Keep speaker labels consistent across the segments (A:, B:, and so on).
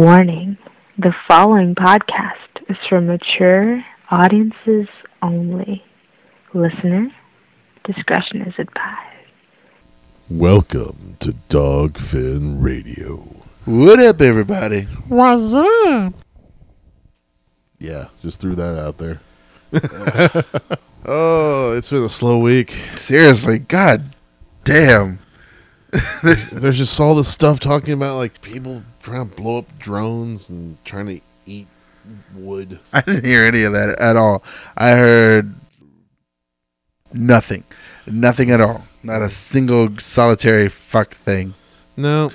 A: Warning the following podcast is for mature audiences only. Listener discretion is advised.
B: Welcome to Dogfin Radio.
C: What up, everybody?
D: What's up?
B: Yeah, just threw that out there.
C: Oh,
B: It's been a slow week.
C: seriously, god damn.
B: There's just all this stuff talking about like people trying to blow up drones and trying to eat wood.
C: I didn't hear any of that at all. I heard nothing. Nothing at all. Not a single solitary fuck thing.
B: No,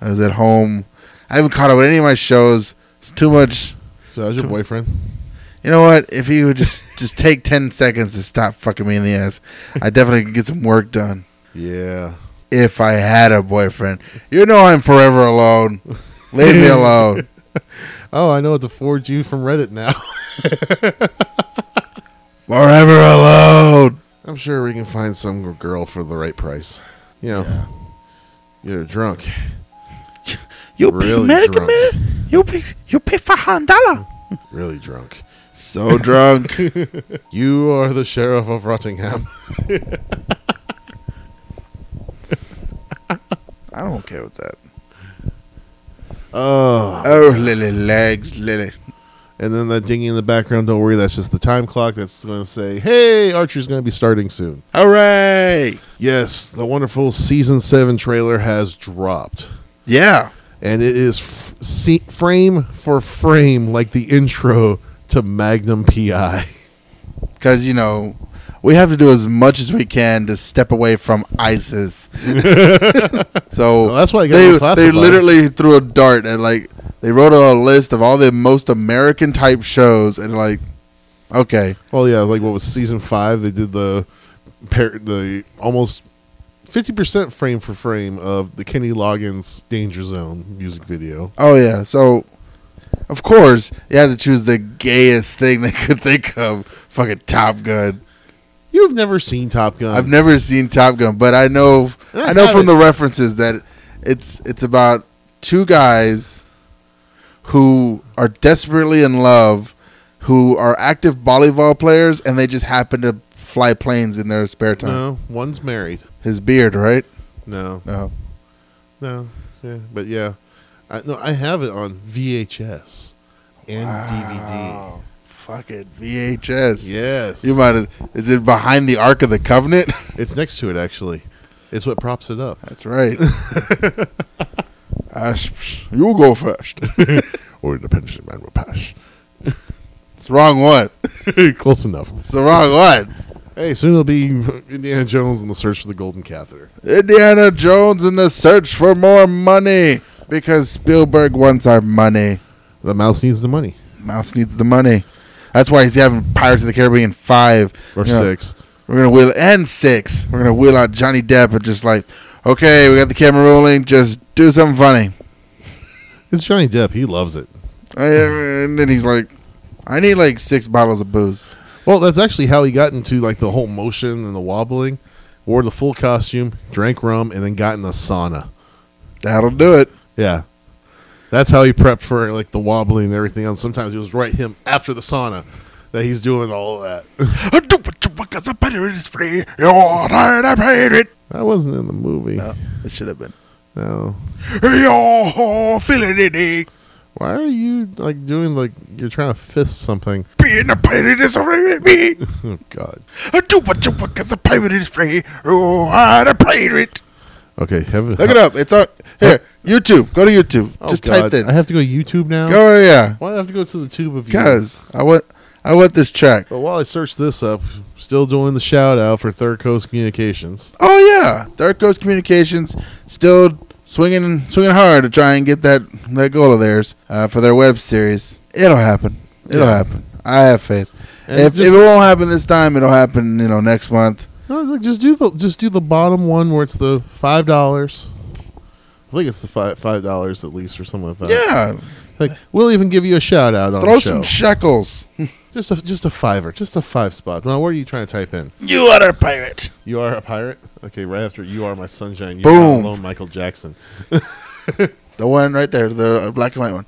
C: I was at home. I haven't caught up with any of my shows. It's too much.
B: so how's your boyfriend?
C: You know what? If he would just just take 10 seconds to stop fucking me in the ass, I definitely could get some work done.
B: Yeah,
C: If I had a boyfriend. You know I'm forever alone. Leave me alone.
B: Oh, I know it's a forge you from Reddit now.
C: Forever alone.
B: I'm sure we can find some girl for the right price. You know, you're drunk.
C: You'll
B: Really
C: pay
B: drunk.
C: medicament. You'll pay. You'll pay for hundred dollar.
B: Really drunk.
C: So drunk.
B: You are the sheriff of Rottingham.
C: I don't care with that.
B: Oh.
C: Oh, Lily legs, Lily.
B: And then that dinging in the background, don't worry, that's just the time clock that's going to say, hey, Archer's going to be starting soon.
C: Hooray!
B: Yes, the wonderful season seven trailer has dropped.
C: Yeah,
B: And it is f- se- frame for frame like the intro to Magnum PI.
C: because you know we have to do as much as we can to step away from ISIS. so
B: Well, that's why it got
C: they, they
B: reclassified.
C: literally threw a dart at like they wrote a list of all the most American type shows and like, okay,
B: Well, yeah, like what was season five? They did the, par- the almost 50% frame for frame of the Kenny Loggins Danger Zone music video.
C: Oh yeah, so of course you had to choose the gayest thing they could think of. Fucking Top Gun.
B: You've never seen Top Gun.
C: I've never seen Top Gun, but I know
B: I
C: I know from
B: haven't.
C: the references that it's it's about two guys who are desperately in love, who are active volleyball players, and they just happen to fly planes in their spare time.
B: No, one's married.
C: His beard, right?
B: No.
C: No.
B: No, yeah, but yeah, I, no, I have it on VHS and
C: Wow. Fuck it, VHS.
B: DVD. Yes,
C: You might have. Is it behind the Ark of the Covenant?
B: It's next to it actually. It's what props it up.
C: That's right. Ash, you go first.
B: Or the pension man will pass.
C: It's the wrong one.
B: Close enough.
C: It's the wrong one.
B: Hey, soon it'll be Indiana Jones and the Search for the Golden Catheter.
C: Indiana Jones in the search for more money because Spielberg wants our money.
B: The mouse needs the money
C: Mouse needs the money. That's why he's having Pirates of the Caribbean five
B: or
C: You know,
B: six.
C: We're gonna wheel and six. We're gonna wheel out Johnny Depp and just like, okay, we got the camera rolling. Just do something funny.
B: It's Johnny Depp. He loves it.
C: And then he's like, I need like six bottles of booze.
B: Well, that's actually how he got into like the whole motion and the wobbling. Wore the full costume, drank rum, and then got in a sauna.
C: That'll do it.
B: Yeah. That's how he prepped for like the wobbling and everything else. Sometimes it was right him after the sauna that he's doing all of that.
C: I do what you want 'cause I paid it, it's free. You're right, I paid it.
B: that wasn't in the movie.
C: No, it should have been.
B: No.
C: You're feeling it.
B: Why are you like doing like you're trying to fist something?
C: Being a pirate is free. Me.
B: Oh god.
C: I do what you want 'cause I paid it, it's free. You're right, I paid it.
B: Okay, have,
C: Look it up. It's on here. YouTube. Go to YouTube.
B: Oh,
C: Just
B: God.
C: type in.
B: I have to go to YouTube now.
C: Go yeah.
B: Why do I have to go to the tube of you?
C: Cause I want I want this track.
B: But while I search this up, still doing the shout out for Third Coast Communications.
C: Oh yeah, Dark Coast Communications still swinging swinging hard to try and get that that goal of theirs uh, for their web series. It'll happen. It'll
B: Yeah.
C: happen. I have faith.
B: And
C: if,
B: just-
C: if it won't happen this time, it'll happen. You know, next month.
B: No, look, just do the just do the bottom one where it's the five dollars. I think it's the five five dollars at least or something like that.
C: yeah,
B: Like we'll even give you a shout out on
C: throw
B: Uh, the show.
C: some shekels.
B: just a just a fiver, just a five spot. Now, what are you trying to type in?
C: You are a pirate.
B: You are a pirate. Okay, right after you are my sunshine. You
C: Boom.
B: alone, Michael Jackson.
C: The one right there, the black and white one.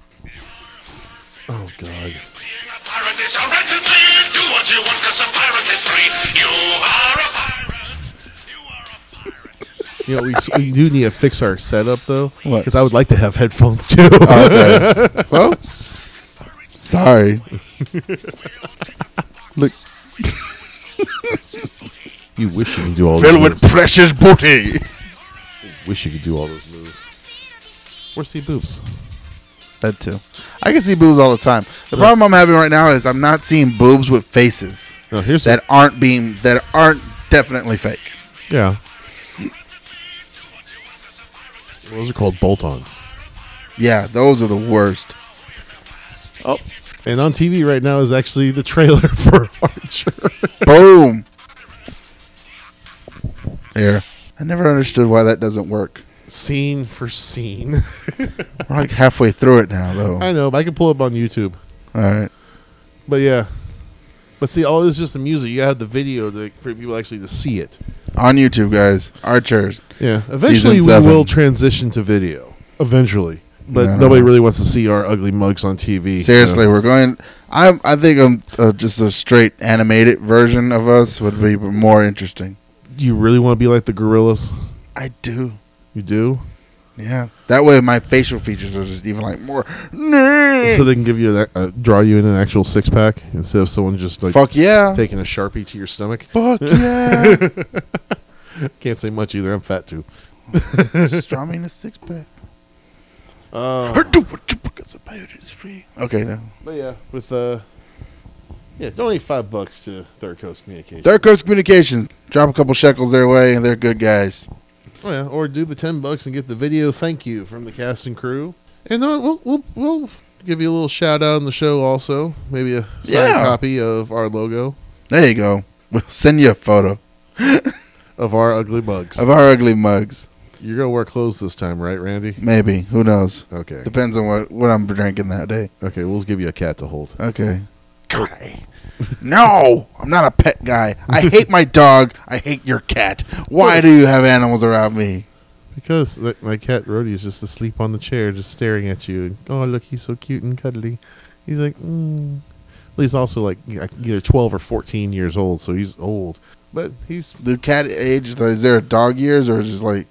B: Oh God.
D: Being a pirate is a right to be. Do what you want, cause a pirate is free. You are a pirate. You are a pirate.
B: You know, we, we do need to fix our setup though,
C: What?
B: because I would like to have headphones too.
C: Okay. well, sorry. Look,
B: you wish you could do all.
C: filled
B: those
C: with
B: moves.
C: precious booty.
B: Wish you could do all those moves. Where's the boobs?
C: That too. I can see boobs all the time. The problem I'm having right now is I'm not seeing boobs with faces
B: No, here's
C: that aren't being that aren't definitely fake.
B: Yeah. Those are called bolt-ons.
C: Yeah, those are the worst.
B: Oh, and on TV right now is actually the trailer for Archer.
C: Boom. There. I never understood why that doesn't work.
B: scene for scene.
C: We're like halfway through it now, though.
B: I know, but I can pull up on YouTube.
C: All right.
B: But yeah, but see, all this is just the music. You gotta have the video to, for people actually to see it.
C: On YouTube, guys. Archers.
B: Yeah, eventually we
C: seven.
B: will transition to video. Eventually, but
C: Yeah.
B: nobody really wants to see our ugly mugs on TV.
C: Seriously, we're going. I I think I'm uh, just a straight animated version of us would be more interesting.
B: Do you really want to be like the gorillas?
C: I do.
B: You do,
C: Yeah. That way, my facial features are just even like more.
B: so they can give you that, uh, draw you in an actual six pack instead of someone just like
C: Fuck yeah.
B: taking a sharpie to your stomach.
C: Fuck yeah.
B: Can't say much either. I'm fat too.
C: just draw me in a six pack.
B: Uh,
C: Or do what you want, 'cause the pirate is free. Okay, now.
B: but yeah, with uh, yeah, donate five bucks to Third Coast Communications.
C: Dark Coast Communications. Drop a couple shekels their way, and they're good guys.
B: Oh yeah, or do the ten bucks and get the video thank you from the cast and crew, and then we'll we'll, we'll give you a little shout out on the show also. Maybe a signed
C: Yeah.
B: copy of our logo
C: There you go. We'll send you a photo
B: of our ugly bugs.
C: of our ugly mugs.
B: You're gonna wear clothes this time, right, Randy?
C: Maybe. Who knows?
B: Okay,
C: Depends on what, what I'm drinking that day.
B: okay, we'll give you a cat to hold.
C: Okay. Guy. No, I'm not a pet guy. I hate my dog. I hate your cat. Why do you have animals around me?
B: Because like, my cat Rhodey is just asleep on the chair, just staring at you. And, oh, look, he's so cute and cuddly. He's like, mm. well, he's also like you know, either twelve or fourteen years old, so he's old. But he's
C: The cat age is is there a dog years or is it just like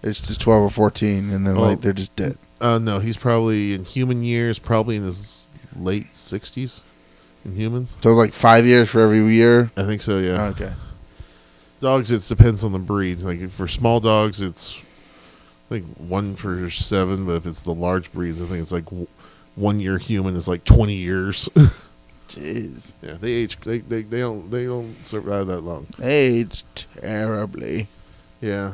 C: it's just 12 or 14 and then
B: Well-
C: like they're just dead.
B: Uh, no, he's probably in human years, probably in his late sixties. In humans,
C: So it's like 5 years for every year.
B: I think so. Yeah,
C: Okay.
B: dogs. It depends on the breed. Like for small dogs, it's I think one for seven, but if it's the large breeds, I think it's like w- one year human is like twenty years.
C: Jeez.
B: yeah, they age. They, they they don't they don't survive that long.
C: Age terribly.
B: Yeah,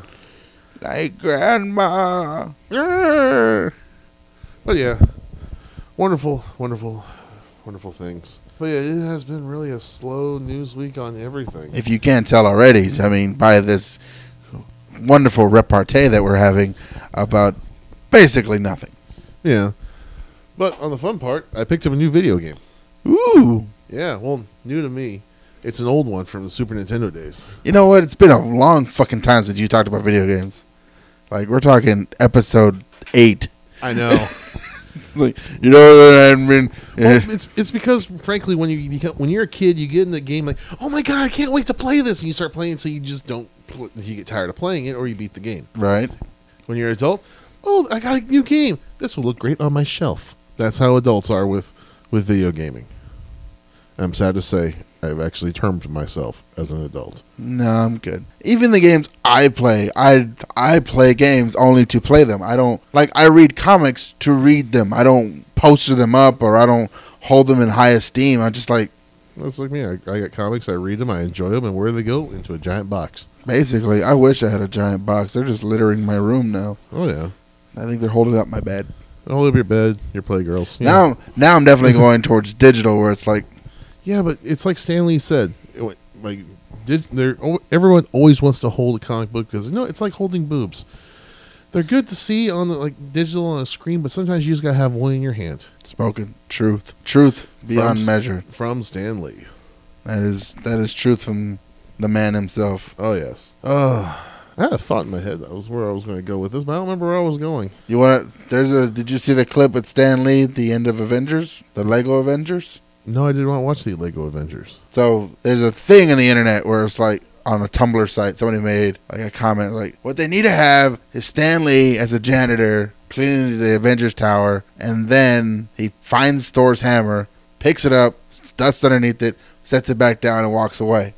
C: Like grandma.
B: But yeah, wonderful, wonderful, wonderful things. But yeah, it has been really a slow news week on everything.
C: If you can't tell already, I mean, by this wonderful repartee that we're having about basically nothing.
B: Yeah. But on the fun part, I picked up a new video game.
C: Ooh.
B: Yeah, well, new to me. It's an old one from the Super Nintendo days.
C: You know what? It's been a long fucking time since you talked about video games. Like we're talking episode eight.
B: I know.
C: Like you know what I mean?
B: well, it's it's because frankly when you become when you're a kid, you get in the game like, "Oh my god, I can't wait to play this." And you start playing so you just don't pl- you get tired of playing it or you beat the game.
C: right.
B: When you're an adult, "Oh, I got a new game. This will look great on my shelf." That's how adults are with with video gaming. I'm sad to say I've actually termed myself as an adult.
C: No, I'm good. Even the games I play, I I play games only to play them. I don't like I read comics to read them. I don't poster them up or I don't hold them in high esteem. I just like
B: That's like me. I, I got comics. I read them. I enjoy them. And where do they go? Into a giant box.
C: basically. I wish I had a giant box. They're just littering my room now.
B: Oh yeah,
C: I think they're holding up my bed.
B: all over your bed, your playgirls. Yeah.
C: Now, now I'm definitely going towards digital, where it's like
B: yeah, but it's like Stanley said. it wa- Like, did there? Everyone always wants to hold a comic book because no, it's like holding boobs. They're good to see on the like digital on a screen, but sometimes you just gotta have one in your hand.
C: Spoken truth, truth beyond
B: From-
C: measure.
B: From Stanley.
C: That is that is truth from the man himself.
B: Oh yes. Oh, I had a thought in my head that was where I was going to go with this, but I don't remember where I was going.
C: You want? There's a. Did you see the clip with Stan Lee at the end of Avengers, the Lego Avengers?
B: No, I did not watch the Lego Avengers.
C: So there's a thing in the internet where it's like on a Tumblr site, somebody made like a comment like, "What they need to have is Stan Lee as a janitor cleaning the Avengers Tower, and then he finds Thor's hammer, picks it up, s- dusts underneath it, sets it back down, and walks away."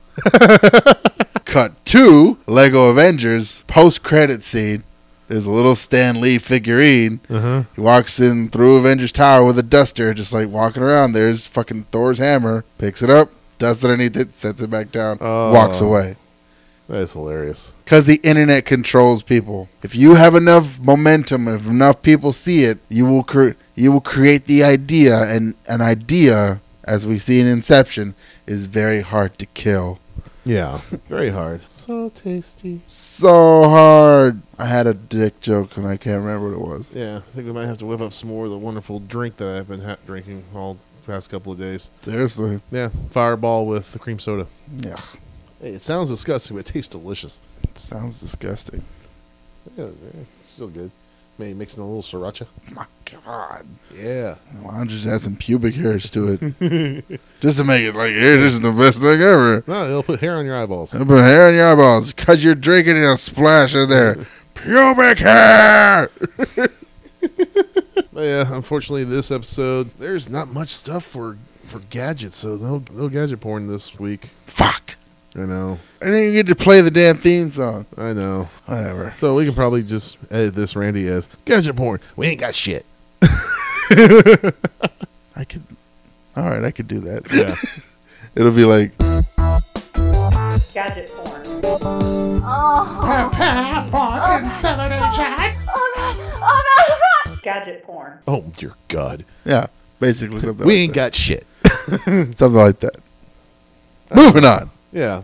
C: Cut two Lego Avengers post credit scene. There's a little Stan Lee figurine.
B: Uh-huh.
C: He walks in through Avengers Tower with a duster, just like walking around. There's fucking Thor's hammer. Picks it up, dusts it underneath it, sets it back down,
B: Oh.
C: walks away.
B: That's hilarious.
C: Because the internet controls people. If you have enough momentum, if enough people see it, you will cre- you will create the idea, and an idea, as we see in Inception, is very hard to kill.
B: Yeah, very hard. So tasty.
C: So hard. I had a dick joke and I can't remember what it was.
B: Yeah, I think we might have to whip up some more of the wonderful drink that I've been ha- drinking all past couple of days.
C: Seriously.
B: Yeah, Fireball with the cream soda.
C: Yeah.
B: Hey, it sounds disgusting, but it tastes delicious.
C: It sounds disgusting.
B: Yeah, it's still good. Maybe mixing a little sriracha.
C: My God.
B: Yeah.
C: Why don't you just add some pubic hairs to it? just to make it like, hey, this is the best thing ever.
B: No, it'll put hair on your eyeballs.
C: And Put hair in your eyeballs because you're drinking and a splash in there. Pubic hair!
B: But yeah, unfortunately, this episode there's not much stuff for for gadgets, so no no gadget porn this week.
C: Fuck.
B: I know,
C: I didn't even get to play the damn theme song.
B: I know.
C: Whatever.
B: So we can probably just edit this, Randy, as gadget porn. We ain't got shit.
C: I could. Alright, I could do that.
B: Yeah.
C: It'll be like,
E: gadget porn. Gadget porn.
B: oh dear God,
C: yeah, basically something
B: we
C: like
B: ain't got shit.
C: that. Something like that. Moving on.
B: Yeah.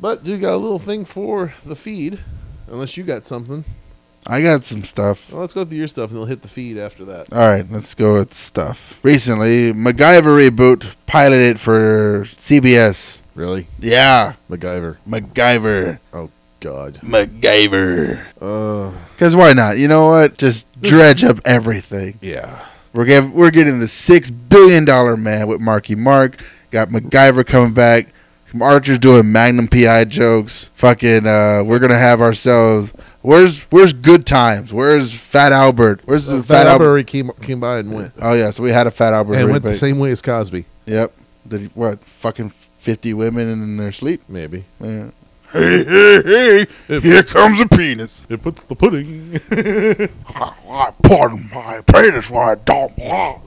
B: But do got a little thing for the feed, unless you got something.
C: I got some stuff.
B: Well, let's go through your stuff, and they'll hit the feed after that.
C: All right, let's go with stuff. Recently, MacGyver reboot piloted for CBS.
B: Really,
C: Yeah,
B: MacGyver.
C: MacGyver,
B: Oh God.
C: MacGyver.
B: Uh.
C: Cause why not? You know what? Just dredge up everything.
B: Yeah.
C: We're getting we're getting the six billion dollar man with Marky Mark. Got MacGyver coming back. Archer's doing Magnum PI jokes. Fucking, uh, we're gonna have ourselves. Where's where's Good Times? Where's Fat Albert? Where's the
B: Uh, Fat Albert came came by and went.
C: Oh yeah, so we had a Fat Albert.
B: And went the
C: remake.
B: same way as Cosby,
C: Yep. Did what? Fucking fifty women in their sleep.
B: maybe.
C: Yeah. Hey, hey, hey! Here comes a penis.
B: It puts the pudding.
C: I, I pardon my penis when I don't want.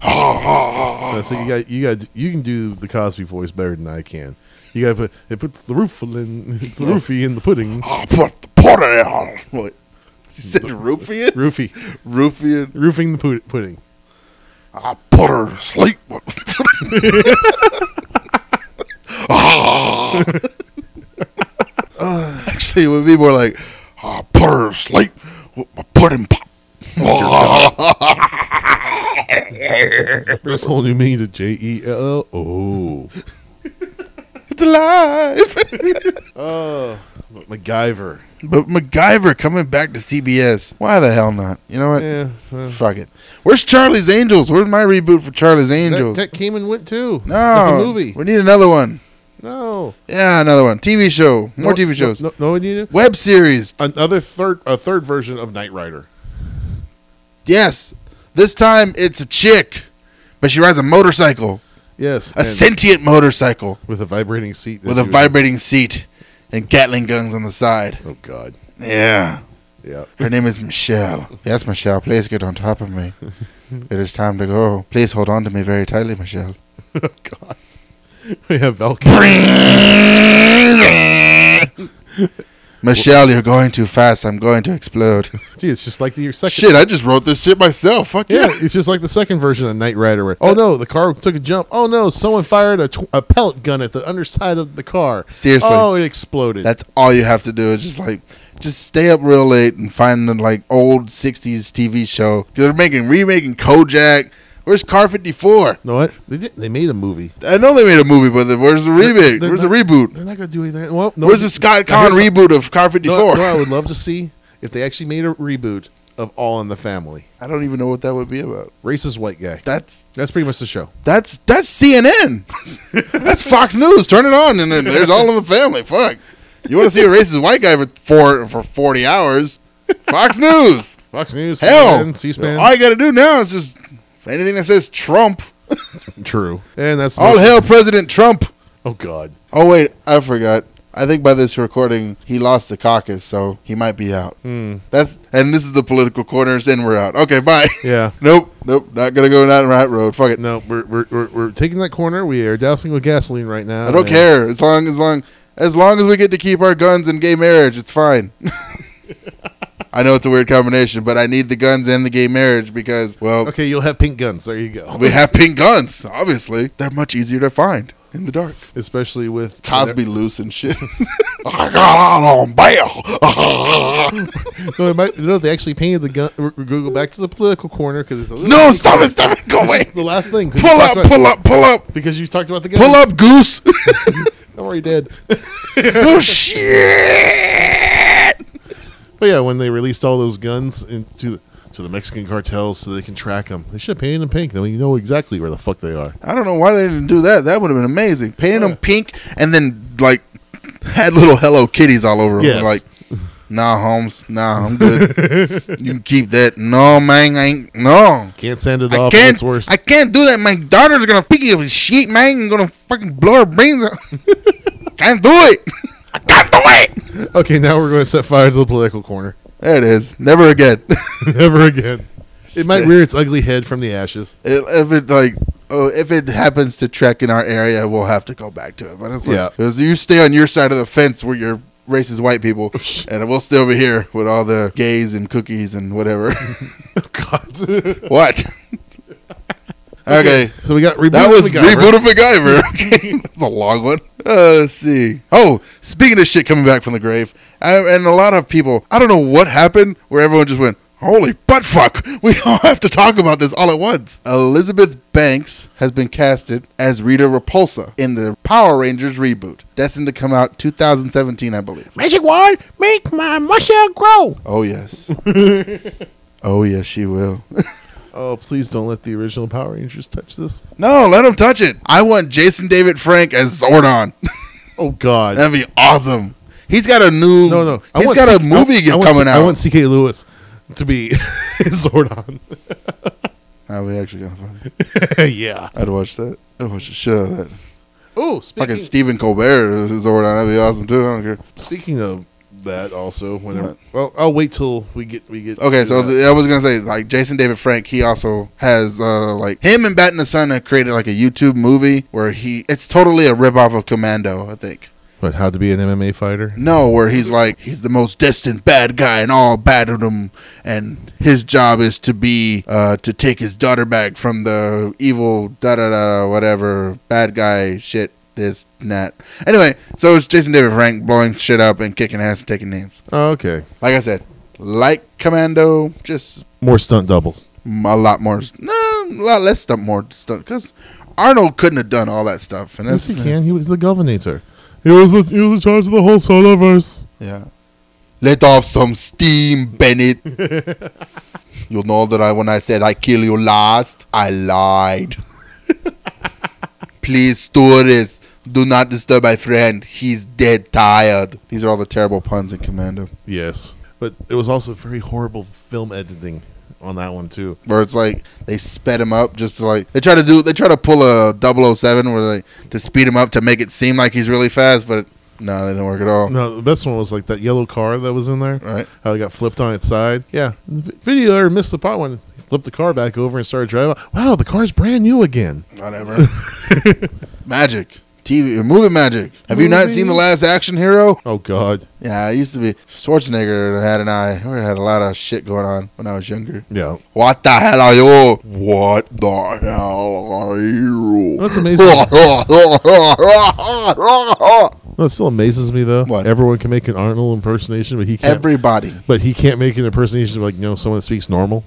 B: Uh, so you got you got you can do the Cosby voice better than I can. You got to put it puts the roof in it's the roofie in the pudding.
C: I Ah, put the pudding on. What? You said Rufian?
B: Roofie,
C: Rufian.
B: roofing the pud- pudding.
C: I put her to sleep. with the pudding. Ah. Actually, it would be more like, I put her to sleep with my pudding pop.
B: There's whole new meanings of J E L L O.
C: It's alive.
B: Oh, MacGyver.
C: but MacGyver coming back to CBS. Why the hell not? You know what?
B: Yeah, uh,
C: Fuck it. Where's Charlie's Angels? Where's my reboot for Charlie's
B: that,
C: Angels?
B: that came and went too.
C: no,
B: that's a movie.
C: We need another one.
B: No
C: Yeah, another one. TV show. More
B: No,
C: TV shows.
B: No, no, no neither.
C: Web series.
B: Another third, a third version of Knight Rider.
C: yes. This time it's a chick, but she rides a motorcycle,
B: Yes,
C: a
B: and
C: sentient motorcycle
B: with a vibrating seat. that
C: with a
B: she was-
C: vibrating seat and Gatling guns on the side.
B: Oh God.
C: Yeah.
B: Yeah.
C: Her name is Michelle. Yes, Michelle, please get on top of me. It is time to go. Please hold on to me very tightly, Michelle.
B: Oh God. We have Val Kilmer.
C: Michelle, you're going too fast. I'm going to explode.
B: Gee, it's just like the your second.
C: shit, I just wrote this shit myself. Fuck
B: Yeah,
C: yeah.
B: it's just like the second version of Knight Rider. Where, oh no, the car took a jump. Oh no, someone fired a, tw- a pellet gun at the underside of the car.
C: Seriously.
B: Oh, it exploded.
C: That's all you have to do is just like, just stay up real late and find the like old 60s TV show. 'Cause They're making, remaking Kojak. Where's Car 54?
B: know what? They did, they made a movie.
C: I know they made a movie, but then where's the remake?
B: They're
C: Where's
B: not-
C: the reboot?
B: They're not going to do anything. Well, no,
C: Where's the Scott Conn
B: Here's-
C: reboot of Car 54?
B: No, I would love to see if they actually made a reboot of All in the Family.
C: I don't even know what that would be about.
B: Racist white guy.
C: That's
B: That's pretty much the show.
C: that's that's CNN. that's Fox News. Turn it on, and then there's all in the family. Fuck. You want to see a racist white guy for four, for forty hours? Fox News.
B: Fox News,
C: Hell,
B: CNN, C-SPAN.
C: All you got to do now is just anything that says Trump.
B: True. And that's
C: All
B: most-
C: hail President Trump.
B: Oh God.
C: Oh wait, I forgot. I think by this recording, he lost the caucus, so he might be out. That's and this is the political corners, and we're out. Okay, bye.
B: Yeah.
C: nope, nope, not gonna go down that road. Fuck it.
B: No, we're, we're, we're, we're taking that corner. We are dousing with gasoline right now.
C: I don't
B: and-
C: care. As long as long as long as we get to keep our guns and gay marriage, it's fine. I know it's a weird combination, but I need the guns and the gay marriage because well,
B: Okay, you'll have pink guns. There you go.
C: we have pink guns. Obviously, they're much easier to find in the dark.
B: Especially with
C: Cosby loose and shit. I got out on bail.
B: No, it might- no, they actually painted the gun. We're, we're gonna go back to the political corner because it's
C: no, stop it, stop it, go
B: This is
C: away.
B: the last thing. 'cause you
C: Pull
B: talked
C: up,
B: about-
C: pull up, pull up,
B: Because you talked about the guns.
C: pull up, goose.
B: I'm already dead.
C: oh shit.
B: But yeah, when they released all those guns into the, to the Mexican cartels so they can track them, they should have painted them pink. Then we know exactly where the fuck they are.
C: I don't know why they didn't do that. That would have been amazing. Painted
B: Yeah.
C: them pink and then like had little Hello Kitties all over
B: Yes.
C: them. Like, nah, Holmes, nah, I'm good. you can keep that. No, man, I ain't no.
B: Can't send it
C: I
B: off.
C: can't.
B: It's worse.
C: I can't do that. My daughter's gonna pick you up shit, man. and gonna fucking blow her brains out. can't do it. I can't do it.
B: okay, now we're going to set fire to the political corner.
C: There it is. Never again.
B: Never again. It might rear its ugly head from the ashes.
C: It- if it like oh, if it happens to trek in our area, we'll have to go back to it. But it's like,
B: Yeah.
C: 'cause you stay on your side of the fence where you're racist white people, and we'll stay over here with all the gays and cookies and whatever.
B: Oh, God.
C: what? okay.
B: So we got reboot.
C: That
B: of
C: was
B: MacGyver.
C: reboot of MacGyver. Okay, that's a long one. Uh, let's see. Oh, speaking of shit coming back from the grave, I, and a lot of people, I don't know what happened where everyone just went, "Holy butt fuck!" We all have to talk about this all at once. Elizabeth Banks has been casted as Rita Repulsa in the Power Rangers reboot, destined to come out 2017, I believe.
E: Magic wand, make my mushroom grow.
C: Oh yes. oh yes, she will.
B: Oh, please don't let the original Power Rangers touch this.
C: no, let him touch it. I want Jason David Frank as Zordon.
B: Oh God.
C: That'd be awesome. He's got a new.
B: no, no.
C: He's
B: want
C: got a
B: C-
C: movie
B: I want
C: coming
B: C-
C: out.
B: I want CK Lewis to be Zordon.
C: that would be actually kind of funny.
B: yeah.
C: I'd watch that. I'd watch the shit out of that.
B: Oh,
C: Fucking
B: speaking
C: Stephen Colbert is over That'd be awesome too. I don't care.
B: speaking of that, also whenever.
C: What?
B: Well, I'll wait till we get we get.
C: Okay,
B: to
C: so
B: that.
C: the, I was gonna say like Jason David Frank. He also has uh like him and Bat and the Sun have created like a YouTube movie where he. It's totally a ripoff of Commando, I think.
B: But how to be an MMA fighter?
C: No, where he's like he's the most destined bad guy in all battledom, and his job is to be uh, to take his daughter back from the evil da da da whatever bad guy shit this and that. Anyway, so it's Jason David Frank blowing shit up and kicking ass and taking names.
B: Oh, okay.
C: Like I said, like Commando, just
B: More stunt doubles.
C: a lot more, no, a lot less stuff, more stuff because Arnold couldn't have done all that stuff. And
B: Yes,
C: that's
B: he can. He was the governor. He was the, he was in charge of the whole Soloverse.
C: Yeah. Let off some steam, Bennett. You'll know that I, when I said I kill you last, I lied. Please, tourists, do not disturb my friend. He's dead tired. These are all the terrible puns in Commando.
B: Yes, but it was also very horrible film editing on that one too.
C: Where it's like they sped him up just to like they try to do they try to pull a 007 where they to speed him up to make it seem like he's really fast, but no, they didn't work at all.
B: No, the best one was like that yellow car that was in there.
C: Right.
B: How it got flipped on its side. Yeah. The vi- video editor missed the part when he flipped the car back over and started driving. Wow, the car's brand new again.
C: Whatever. magic. TV, movie magic. Have you not seen The
B: Movie.
C: Last Action Hero?
B: Oh, God.
C: Yeah, it used to be Schwarzenegger had an eye. We had a lot of shit going on when I was younger.
B: Yeah.
C: What the hell are you? What the hell are you?
B: That's amazing. No, it still amazes me, though.
C: What?
B: Everyone can make an Arnold impersonation, but he can't.
C: Everybody.
B: but he can't make an impersonation of, like, you know, someone that speaks normal.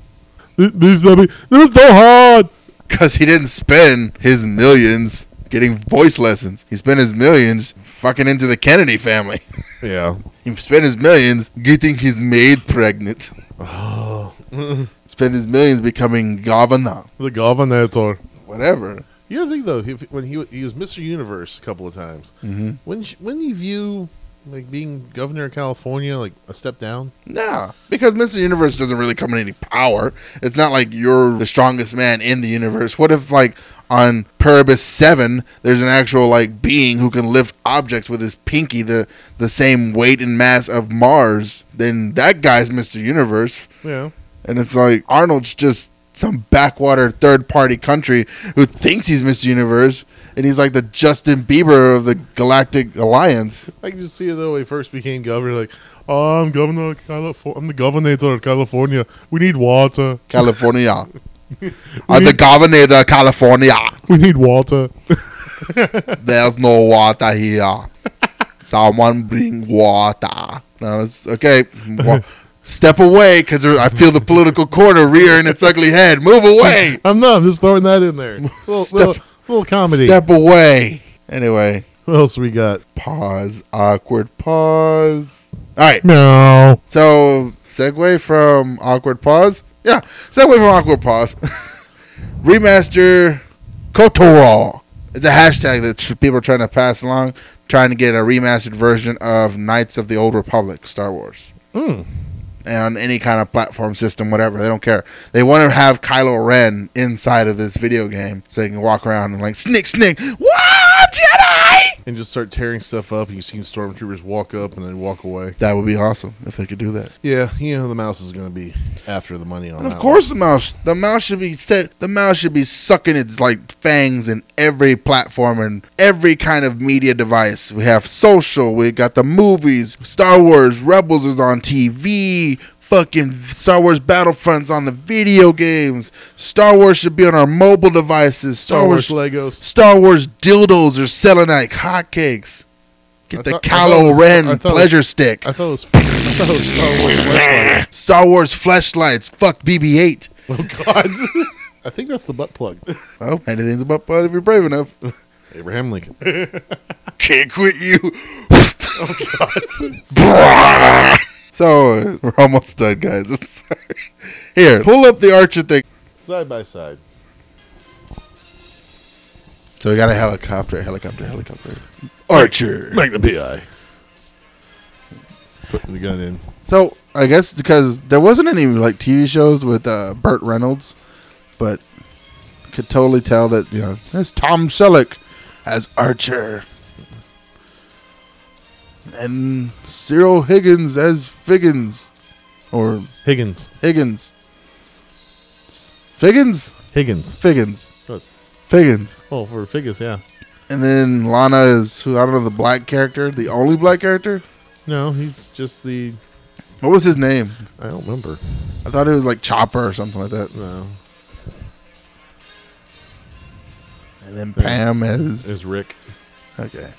B: This, this, is so hard.
C: because he didn't spend his millions getting voice lessons. He spent his millions fucking into the Kennedy family.
B: Yeah.
C: He spent his millions getting his maid pregnant. spent his millions becoming governor.
B: The governor.
C: Whatever.
B: You know the thing though, if, when he wa- he was Mr. Universe a couple of times, mm-hmm. when sh- when you view like being governor of California like a step down,
C: Nah, because Mr. Universe doesn't really come in any power. It's not like you're the strongest man in the universe. What if, like, on Puribus 7, there's an actual, like, being who can lift objects with his pinky the, the same weight and mass of Mars? Then that guy's Mr. Universe.
B: yeah,
C: And it's like, Arnold's just some backwater third party country who thinks he's Mr. Universe. And he's like the Justin Bieber of the Galactic Alliance.
B: I can just see it though. When he first became governor, like oh, I'm governor, of California, I'm the governor of California. We need water.
C: California. I'm the governor of California.
B: We need water.
C: There's no water here. Someone bring water. No, it's okay. Wa- Step away because I feel the political corner rearing its ugly head. Move away.
B: I'm not. I'm just throwing that in there. Little,
C: Step-
B: little, little comedy.
C: Step away. Anyway,
B: What else we got?
C: pause. Awkward pause. All right.
B: No.
C: So, segue from awkward pause. Yeah, segue from awkward pause. Remaster Kotor. It's a hashtag that tr- people are trying to pass along, trying to get a remastered version of Knights of the Old Republic, Star Wars. And on any kind of platform system, whatever. They don't care. They want to have Kylo Ren inside of this video game so he can walk around and, like, snick, snick, wow, Jedi!
B: And just start tearing stuff up, and you see stormtroopers walk up and then walk away.
C: That would be awesome if they could do that.
B: Yeah, you know the mouse is going to be after the money on
C: And
B: that.
C: of
B: one.
C: course, the mouse. The mouse should be set. The mouse should be sucking its like fangs in every platform and every kind of media device. We have social. We got the movies. Star Wars Rebels is on TV. Fucking Star Wars Battlefronts on the video games. Star Wars should be on our mobile devices. Star,
B: Star
C: Wars,
B: Wars Legos.
C: Star Wars dildos are selling like hotcakes. Get
B: I
C: the
B: thought- I thought it
C: Kylo
B: was- I
C: Ren
B: thought it was-
C: pleasure stick.
B: I thought it was. I thought it was Star Wars flashlights.
C: Star Wars flashlights. Fuck BB-8.
B: Oh God! I think that's the butt plug.
C: Well, anything's about blood if you're brave enough.
B: Abraham Lincoln.
C: Can't quit you. oh God. so uh, we're almost done, guys. I'm sorry. Here, pull up the Archer thing.
B: side by side.
C: So we got a helicopter, helicopter, helicopter. Archer.
B: Magnum PI. Putting the gun in.
C: So I guess because there wasn't any like TV shows with uh, Burt Reynolds, but could totally tell that you know that's Tom Selleck as Archer, and Cyril Higgins as Figgins, or
B: Higgins.
C: Higgins, Figgins,
B: Higgins.
C: Figgins,
B: Oh,
C: Figgins,
B: oh, for Figgins, yeah.
C: and then Lana is who I don't know the black character, the only black character.
B: No, he's just the.
C: What was his name?
B: I don't remember.
C: I thought it was like Chopper or something like that.
B: No,
C: And then Pam
B: it's Rick.
C: Okay.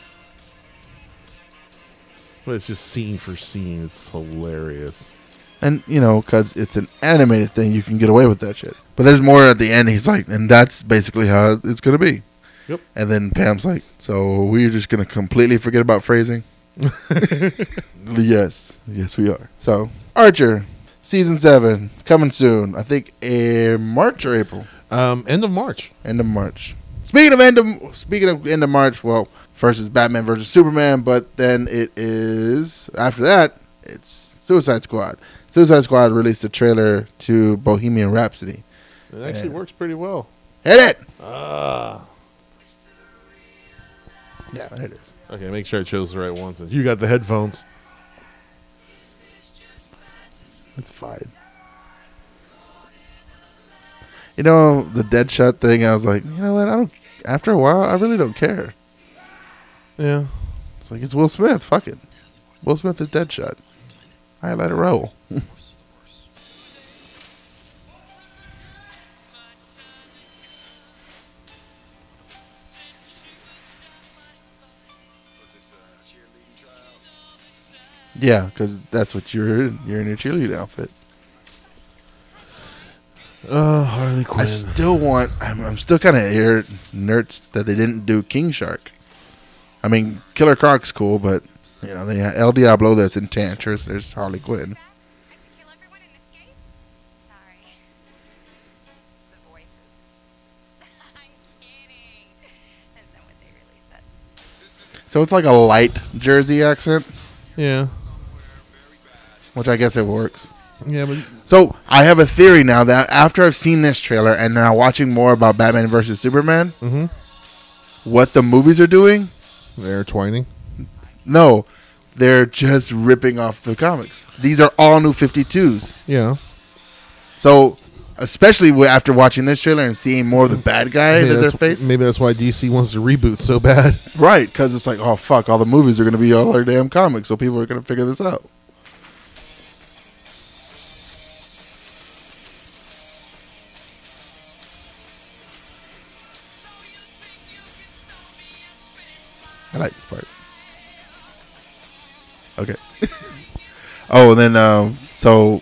B: But it's just scene for scene. It's hilarious.
C: And, you know, because it's an animated thing, you can get away with that shit. But there's more at the end. He's like, and that's basically how it's going to be.
B: Yep.
C: And then Pam's like, so we're just going to completely forget about phrasing? yes. Yes, we are. So, Archer, season seven, coming soon. I think uh, March or April.
B: Um, end of March.
C: End of March. Speaking of end of speaking of end of March, well, first is Batman versus Superman, but then it is after that it's Suicide Squad. Suicide Squad released a trailer to Bohemian Rhapsody.
B: It actually
C: Yeah.
B: works pretty well.
C: Hit it.
B: Ah.
C: Yeah, it is.
B: Okay, make sure I chose the right one. Since you got the headphones.
C: It's fine. You know the Deadshot thing. I was like, you know what? I don't. After a while, I really don't care.
B: Yeah.
C: It's like it's Will Smith. Fuck it. Will Smith is Deadshot. I let it roll. Yeah, because that's what you're in. You're in your cheerleading outfit.
B: Oh, Harley Quinn.
C: I still want. I'm, I'm still kind of ir- nerds that they didn't do King Shark. I mean, Killer Croc's cool, but you know, they had El Diablo that's Enchantress. There's Harley Quinn.
F: I should kill everyone and escape? Sorry. The voices. I'm kidding. That's not what they really said.
C: So it's like a light Jersey accent,
B: yeah,
C: which I guess it works.
B: yeah, but
C: So I have a theory now that after I've seen this trailer and now watching more about Batman versus Superman,
B: Mhm.
C: what the movies are doing?
B: they're twining.
C: No, they're just ripping off the comics. These are all new 52s.
B: Yeah,
C: So, especially wi- after watching this trailer and seeing more of the bad guy
B: Maybe
C: that they're
B: that's-
C: facing,
B: Maybe that's why DC wants to reboot so bad.
C: right? Because it's like, oh fuck, all the movies are going to be all our damn comics, so people are going to figure this out. I like this part. Okay. oh, and then um, so,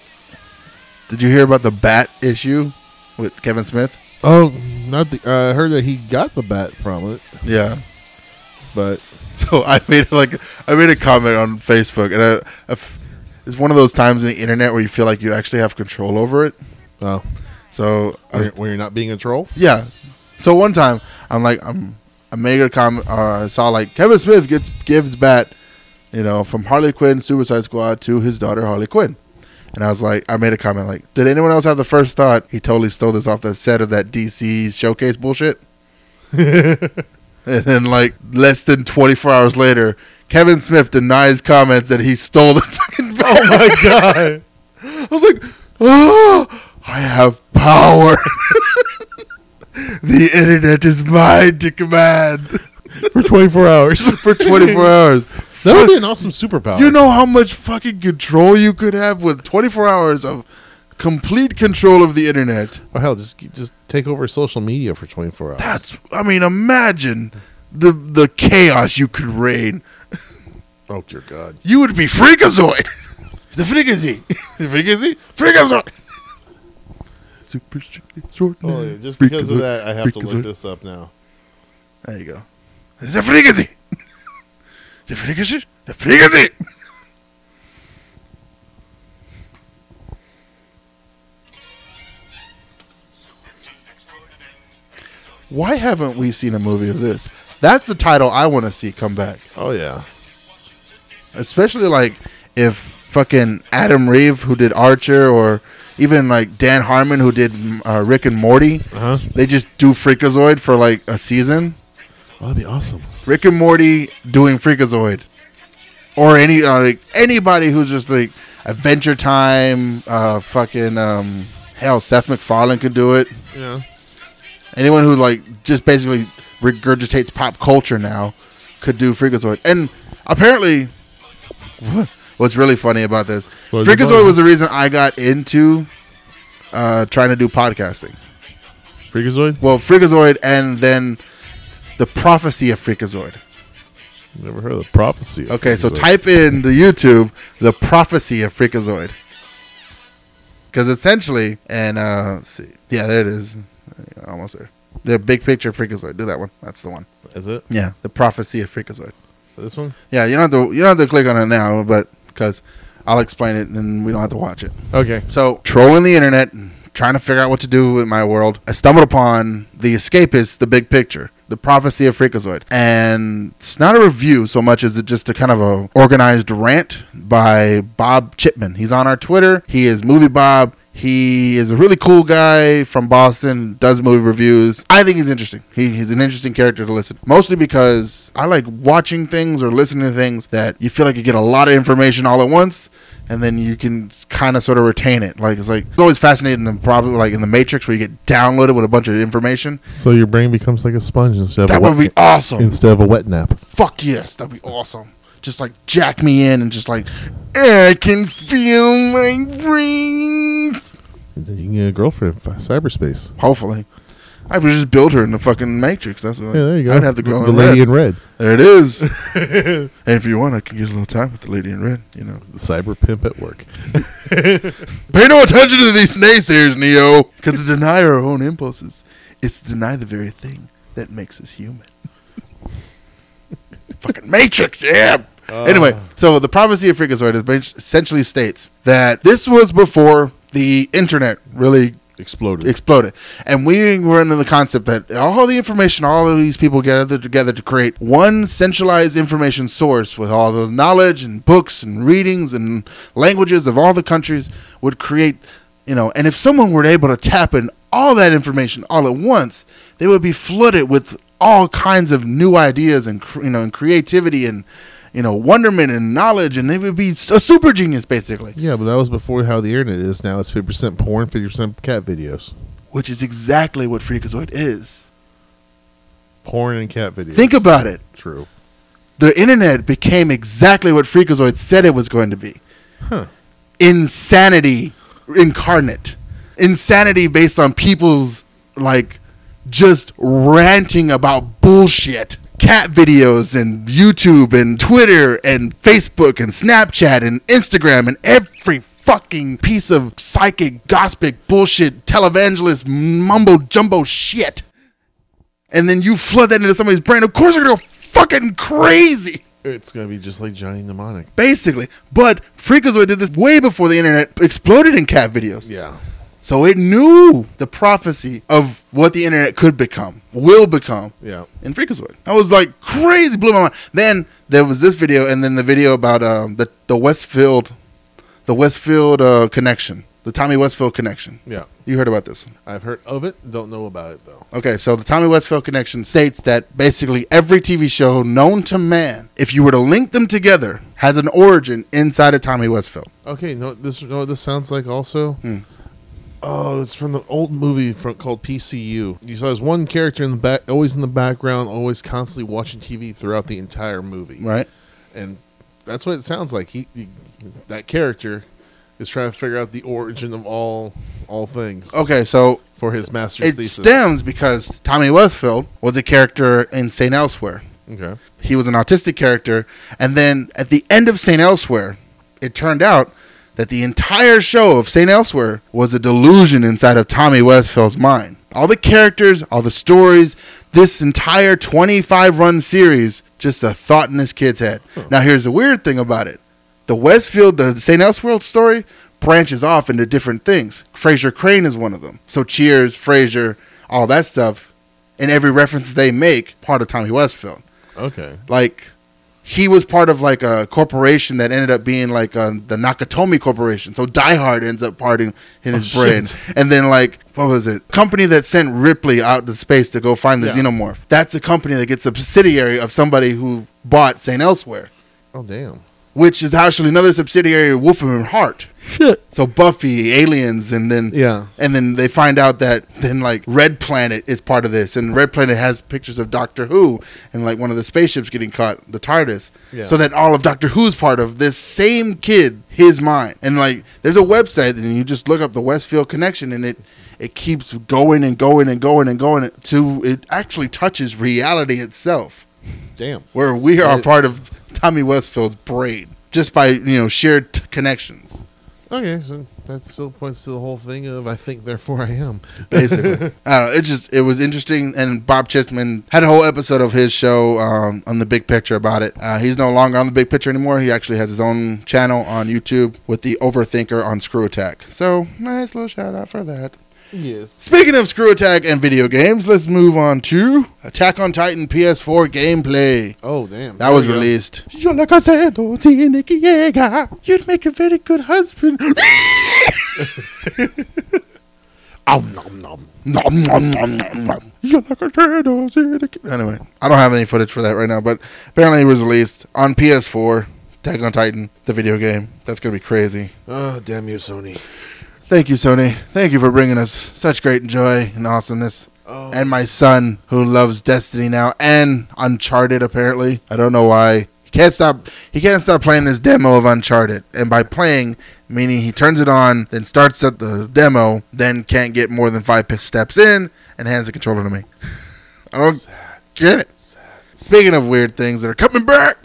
C: did you hear about the bat issue with Kevin Smith?
B: Oh, not the. I heard that he got the bat from it,
C: Yeah.
B: but
C: So I made like I made a comment on Facebook, and I, I f- it's one of those times in the internet where you feel like you actually have control over it.
B: oh,
C: So I-
B: where, where you're not being a troll.
C: yeah. So one time I'm like I'm I made a comment, or I saw like Kevin Smith gets gives bat, you know, from Harley Quinn Suicide Squad to his daughter Harley Quinn, and I was like I made a comment like Did anyone else have the first thought? He totally stole this off the set of that DC showcase bullshit. And then, like less than 24 hours later, Kevin Smith denies comments that he stole the fucking. Oh my god! I was like, oh, I have power. the internet is mine to command
B: for 24 hours.
C: for 24 hours.
B: that would be an awesome superpower.
C: You know how much fucking control you could have with 24 hours of complete control of the internet.
B: Or Oh, hell, just just take over social media for 24 hours.
C: That's, I mean, imagine the the chaos you could reign.
B: Oh dear God!
C: you would be Freakazoid. The Freakazy. The Freakazy? Freakazoid. Super strictly
B: Oh,
C: extraordinary.
B: yeah, just because of
C: Freakazoid.
B: that, I have to
C: Freakazoid.
B: look this up now.
C: There you go. It's the Freakazy. The Freakazy. The Freakazy. Why haven't we seen a movie of this? That's the title I want to see come back.
B: Oh yeah,
C: especially like if fucking Adam Reeve who did Archer or even like Dan Harmon who did mm, uh, Rick and Morty,
B: Uh-huh.
C: they just do Freakazoid for like a season.
B: oh, that'd be awesome.
C: Rick and Morty doing Freakazoid, or any uh, like anybody who's just like Adventure Time, uh, fucking um, hell, Seth MacFarlane could do it.
B: Yeah,
C: Anyone who like just basically regurgitates pop culture now could do Freakazoid. And apparently, wha- what's really funny about this,
B: Well, you
C: Freakazoid
B: know.
C: was the reason I got into uh, trying to do podcasting.
B: Freakazoid.
C: Well, Freakazoid, and then the prophecy of Freakazoid.
B: Never heard of the prophecy. of
C: Okay, so
B: Freakazoid.
C: type in the YouTube the prophecy of Freakazoid. Because essentially, and uh, let's see, yeah, there it is, almost there. The big picture of Freakazoid. Do that one. That's the one.
B: Is it
C: Yeah, the prophecy of Freakazoid.
B: this one?
C: Yeah, you don't have to you don't have to click on it now, but because I'll explain it and we don't have to watch it.
B: Okay.
C: So trolling the internet, trying to figure out what to do with my world, I stumbled upon the escapist, the big picture, the prophecy of Freakazoid, and it's not a review so much as it just a kind of a organized rant by Bob Chipman. He's on our Twitter. He is Movie Bob. He is a really cool guy from Boston, does movie reviews. I think he's interesting. He, he's an interesting character to listen. Mostly because I like watching things or listening to things that you feel like you get a lot of information all at once and then you can kind of sort of retain it. Like it's like it's always fascinating the problem like in the Matrix where you get downloaded with a bunch of information.
B: So your brain becomes like a sponge instead of
C: That
B: a wet,
C: would be awesome.
B: instead of a wet nap.
C: Fuck yes, that'd be awesome. Just like jack me in and just like I can feel my brains.
B: And then you can get a girlfriend in fi- cyberspace.
C: Hopefully. I would just build her in the fucking Matrix. That's what
B: Yeah, there you go.
C: I'd have to go
B: the lady in red,
C: There it is. and if you want, I could use a little time with the lady in red. You know,
B: the cyber pimp at work.
C: pay no attention to these naysayers, Neo, because to deny our own impulses is to deny the very thing that makes us human. Fucking Matrix, yeah.
B: Ah.
C: Anyway, so the prophecy of Freakazoid is bas- essentially states that this was before the internet really
B: Exploded.
C: exploded. And we were under the concept that all the information all of these people gathered together to create one centralized information source with all the knowledge and books and readings and languages of all the countries would create, you know, and if someone were able to tap in all that information all at once, they would be flooded with all kinds of new ideas and cr- you know and creativity and you know wonderment and knowledge and they would be a super genius basically
B: yeah, but that was before how the internet is now. It's fifty percent porn, fifty percent cat videos.
C: which is exactly what freakazoid is
B: Porn and cat videos.
C: think about it
B: True.
C: the internet became exactly what Freakazoid said it was going to be. Insanity incarnate. Insanity based on people's like just ranting about bullshit. Cat videos and YouTube and Twitter and Facebook and Snapchat and Instagram and every fucking piece of psychic gothic bullshit televangelist mumbo jumbo shit and then you flood that into somebody's brain, of course they're gonna go fucking crazy.
B: It's gonna be just like Johnny Mnemonic.
C: Basically, but Freakazoid did this way before the internet exploded in cat videos.
B: Yeah.
C: So it knew the prophecy of what the internet could become, will become.
B: Yeah.
C: In Freakazoid, I was like crazy, blew my mind. Then there was this video, and then the video about um, the the Westfield, the Westfield uh, connection, the Tommy Westfield connection.
B: Yeah.
C: You heard about this one?
B: I've heard of it. Don't know about it though.
C: Okay, so the Tommy Westphal connection states that basically every TV show known to man, if you were to link them together, has an origin inside of Tommy Westphal.
B: Okay. No. This. No. This sounds like also.
C: Hmm.
B: Oh, it's from the old movie from, called PCU. You saw this one character in the back, always in the background, always constantly watching TV throughout the entire movie.
C: Right.
B: and that's what it sounds like. He, he that character is trying to figure out the origin of all all things
C: Okay, so
B: for his master's
C: it
B: thesis.
C: stems because Tommy Westphal was a character in St. Elsewhere.
B: okay,
C: He was an autistic character, and then at the end of St. Elsewhere, it turned out that the entire show of St. Elsewhere was a delusion inside of Tommy Westphal's mind. All the characters, all the stories, this entire 25 run series, just a thought in this kid's head. Now, here's the weird thing about it the Westfield, the St. Elseworld story branches off into different things. Fraser Crane is one of them. So Cheers, Frasier, all that stuff, and every reference they make, part of Tommy Westfield
B: okay,
C: like he was part of like a corporation that ended up being like uh, the Nakatomi Corporation. So Die Hard ends up parting in his
B: Oh,
C: brain,
B: shit.
C: and then like what was it? Company that sent Ripley out to space to go find the
B: Yeah.
C: xenomorph. That's a company that gets a subsidiary of somebody who bought Saint Elsewhere,
B: oh damn,
C: which is actually another subsidiary of Wolfram and Hart. So Buffy, Aliens, and then
B: Yeah.
C: and then they find out that then like Red Planet is part of this, and Red Planet has pictures of Doctor Who and like one of the spaceships getting caught, the TARDIS.
B: Yeah.
C: So that all of Doctor Who's part of this same kid, his mind, and like there's a website, and you just look up the Westfield connection, and it it keeps going and going and going and going to it actually touches reality itself
B: damn.
C: where we are
B: It-
C: part of Tommy Westfield's brain just by you know shared t- connections.
B: Okay, so that still points to the whole thing of I think, therefore I am.
C: Basically, I don't know. It just it was interesting, and Bob Chistman had a whole episode of his show um, on the Big Picture about it. Uh, he's no longer on the Big Picture anymore. He actually has his own channel on YouTube with the Overthinker on Screw Attack. So nice little shout out for that.
B: yes.
C: Speaking of Screw Attack and video games, let's move on to Attack on Titan PS4 gameplay.
B: Oh damn.
C: That
B: There
C: was
B: we go.
C: released.
E: Yo la casa do tiene que llegar.
C: You'd make a very good husband.
E: Om nom nom.
C: Nom, nom, nom, nom, nom.
E: Yo la casa do tiene que
C: Anyway, I don't have any footage for that right now, but apparently it was released on PS4, Attack on Titan, the video game. That's going to be crazy.
B: Oh damn you, Sony.
C: Thank you, Sony. Thank you for bringing us such great joy and awesomeness.
B: Oh.
C: And my son, who loves Destiny now and Uncharted, apparently. I don't know why. He can't stop. He can't stop playing this demo of Uncharted, and by playing, meaning he turns it on, then starts at the demo, then can't get more than five p- steps in, and hands the controller to me. I don't get it. Speaking of weird things that are coming back,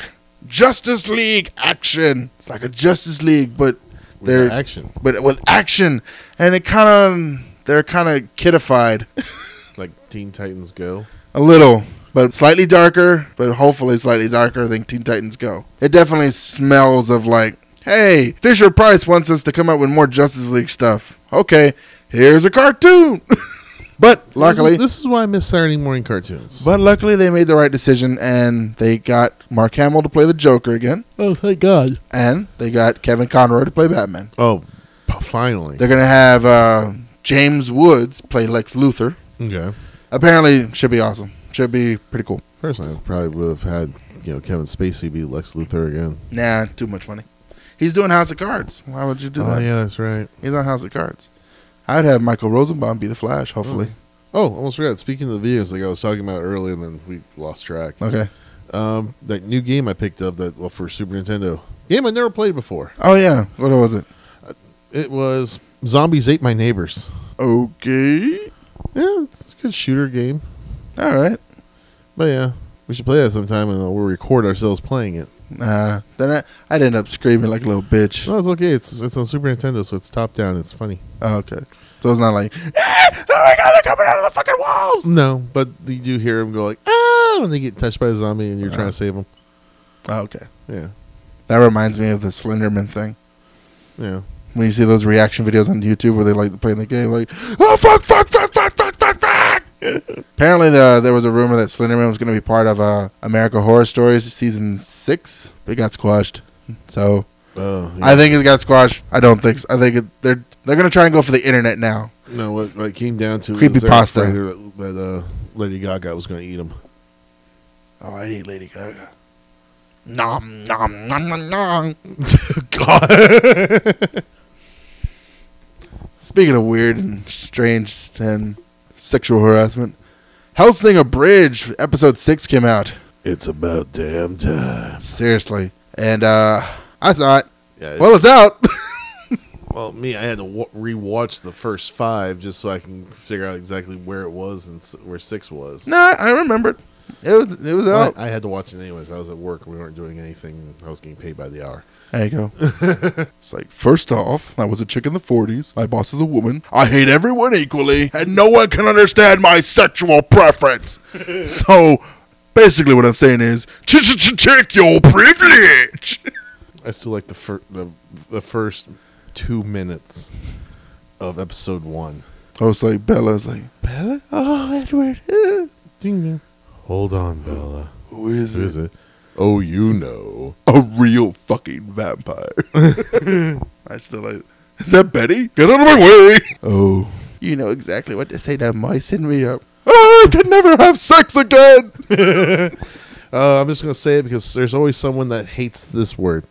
C: Justice League action. It's like a Justice League, but they're
B: With action,
C: but with action, and it kind of they're kind of kidified
B: like Teen Titans Go.
C: a little, but slightly darker, but hopefully slightly darker than Teen Titans Go. It definitely smells of like, hey, Fisher Price wants us to come up with more Justice League stuff. Okay, here's a cartoon. but luckily,
B: this is, this is why I miss Saturday morning cartoons.
C: but luckily they made the right decision and they got Mark Hamill to play the Joker again,
B: oh, thank God!
C: and they got Kevin Conroy to play Batman.
B: Oh, p- finally.
C: They're gonna have uh, James Woods play Lex Luthor.
B: Okay.
C: Apparently, should be awesome. Should be pretty cool.
B: Personally, I probably would have had you know Kevin Spacey be Lex Luthor again.
C: Nah, too much money. He's doing House of Cards. Why would you do
B: Oh
C: that?
B: yeah, that's right.
C: He's on House of Cards. I'd have Michael Rosenbaum be the Flash, hopefully.
B: Oh, almost forgot. Speaking of the videos, like I was talking about earlier, and then we lost track.
C: Okay.
B: Um, that new game I picked up that well for Super Nintendo game I never played before.
C: Oh yeah. What was it?
B: It was Zombies Ate My Neighbors.
C: Okay.
B: Yeah, it's a good shooter game.
C: All right.
B: But yeah, we should play that sometime, and we'll record ourselves playing it.
C: Nah. Then I, I'd end up screaming like a little bitch.
B: No, it's okay. It's it's on Super Nintendo, so it's top down. It's funny.
C: Oh, okay. So it's not like, "Ah! oh my god, they're coming out of the fucking walls.
B: No, but you do hear them go like ah when they get touched by a zombie, and you're trying
C: Uh-huh.
B: to save them.
C: Oh, okay.
B: Yeah,
C: That reminds me of the Slenderman thing.
B: yeah.
C: When you see those reaction videos on YouTube where they like playing the game, like, oh fuck, fuck, fuck, fuck, fuck, fuck, fuck. Apparently, the, there was a rumor that Slenderman was going to be part of uh, America Horror Stories season six. It got squashed, so
B: Oh,
C: I think it got squashed. I don't think. So. I think it, they're they're going to try and go for the internet now.
B: No, what, what it came down to
C: Creepy
B: was they're
C: pasta.
B: afraid that, that uh, Lady Gaga was going to eat them.
C: Oh, I hate Lady Gaga. Nom nom nom nom nom.
B: God.
C: Speaking of weird and strange and sexual harassment, Hellsinger Bridge episode six came out.
B: it's about damn time.
C: Seriously. And uh I saw it.
B: Yeah,
C: Well,
B: well,
C: it's out.
B: well, me, I had to wa rewatch the first five just so I can figure out exactly where it was and s- where six was.
C: no, I remembered. It was it was
B: Well,
C: out.
B: I, I had to watch it anyways. I was at work. We weren't doing anything. I was getting paid by the hour.
C: There you go. it's like first off, I was a chick in the 40s. My boss is a woman. I hate everyone equally, and no one can understand my sexual preference. so, basically, what I'm saying is, check your privilege.
B: I still like the, fir- the the first two minutes of episode one.
C: I was like, Bella's like, Bella? Oh, Edward. eh,
B: Ding ding. Hold on, Bella.
C: Who is
B: Who
C: it?
B: is it? Oh, you know.
C: a real fucking vampire. I still like. Is that Betty? Get out of my way! Oh, you know exactly what to say to moisten me up. I can never have sex again.
B: Uh, I'm just gonna say it because there's always someone that hates this word.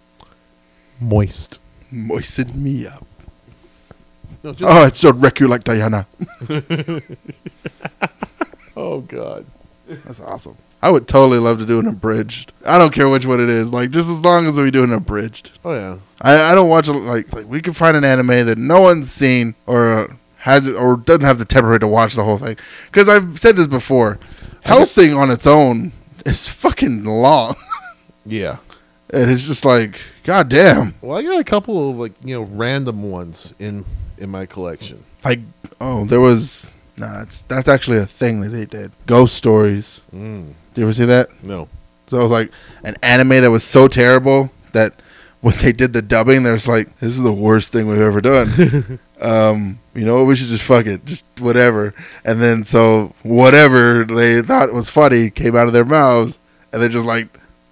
B: Moist.
C: Moisten me up.
B: No, just,
C: Oh, it should wreck you like Diana.
B: oh God.
C: That's awesome. I would totally love to do an abridged. I don't care which one it is. Like just as long as we do an abridged.
B: Oh yeah.
C: I, I don't watch a- like like we can find an anime that no one's seen or uh, has or doesn't have the temperament to watch the whole thing. Because I've said this before, Helsing on its own is fucking long,
B: Yeah.
C: and it's just like god damn.
B: Well, I got a couple of like you know random ones in in my collection.
C: Like oh, there was nah. It's, that's actually a thing that they did. Ghost stories.
B: Mm,
C: Do you ever see that?
B: no.
C: So it was like an anime that was so terrible that when they did the dubbing, there's like, this is the worst thing we've ever done. um, you know, what? we should just fuck it, just whatever. And then so whatever they thought was funny came out of their mouths, and they're just like,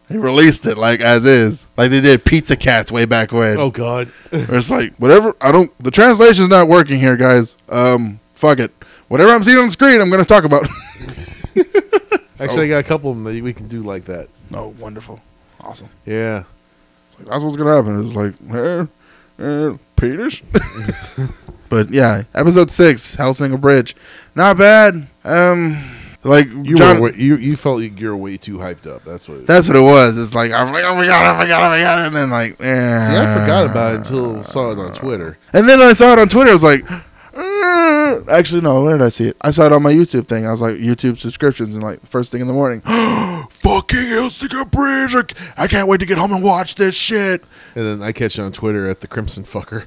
C: they released it like as is, like they did Pizza Cats way back when.
B: Oh God.
C: Or it's like whatever. I don't. The translation's not working here, guys. Um, fuck it. Whatever I'm seeing on the screen, I'm gonna talk about.
B: Actually, I got a couple of them that we can do like that.
C: oh, wonderful, awesome.
B: Yeah.
C: Like, that's what's gonna happen. It's like, eh, eh, Peters. but yeah, episode six, Hellsinger Bridge, not bad. Um, Like
B: You
C: John,
B: were way, you you felt like you're way too hyped up. That's what. It
C: that's what it was. It's like I'm like oh my god, oh my god, oh my god, and then like eh.
B: See, I forgot about it until I saw it on Twitter.
C: And then I saw it on Twitter. I was like, "Uh," actually, no. Where did I see it? I saw it on my YouTube thing. I was like, YouTube subscriptions, and like first thing in the morning, fucking Elsica Bridge. I c- I can't wait to get home and watch this shit.
B: And then I catch it on Twitter at the Crimson Fucker.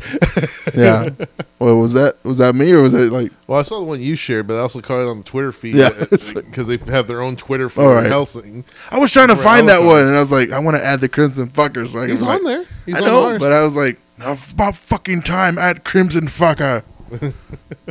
C: Yeah. well, was that was that me or was it like?
B: well, I saw the one you shared, but I also caught it on the Twitter feed
C: Yeah.
B: because they have their own Twitter for
C: All right.
B: Helsing.
C: I was trying to
B: Right,
C: find
B: I was
C: that
B: on-
C: one, and I was like, I want to add the Crimson Fuckers. Like,
B: He's
C: I'm like,
B: on there. He's
C: I
B: on
C: know,
B: ours.
C: but I was like, about fucking time at Crimson Fucker.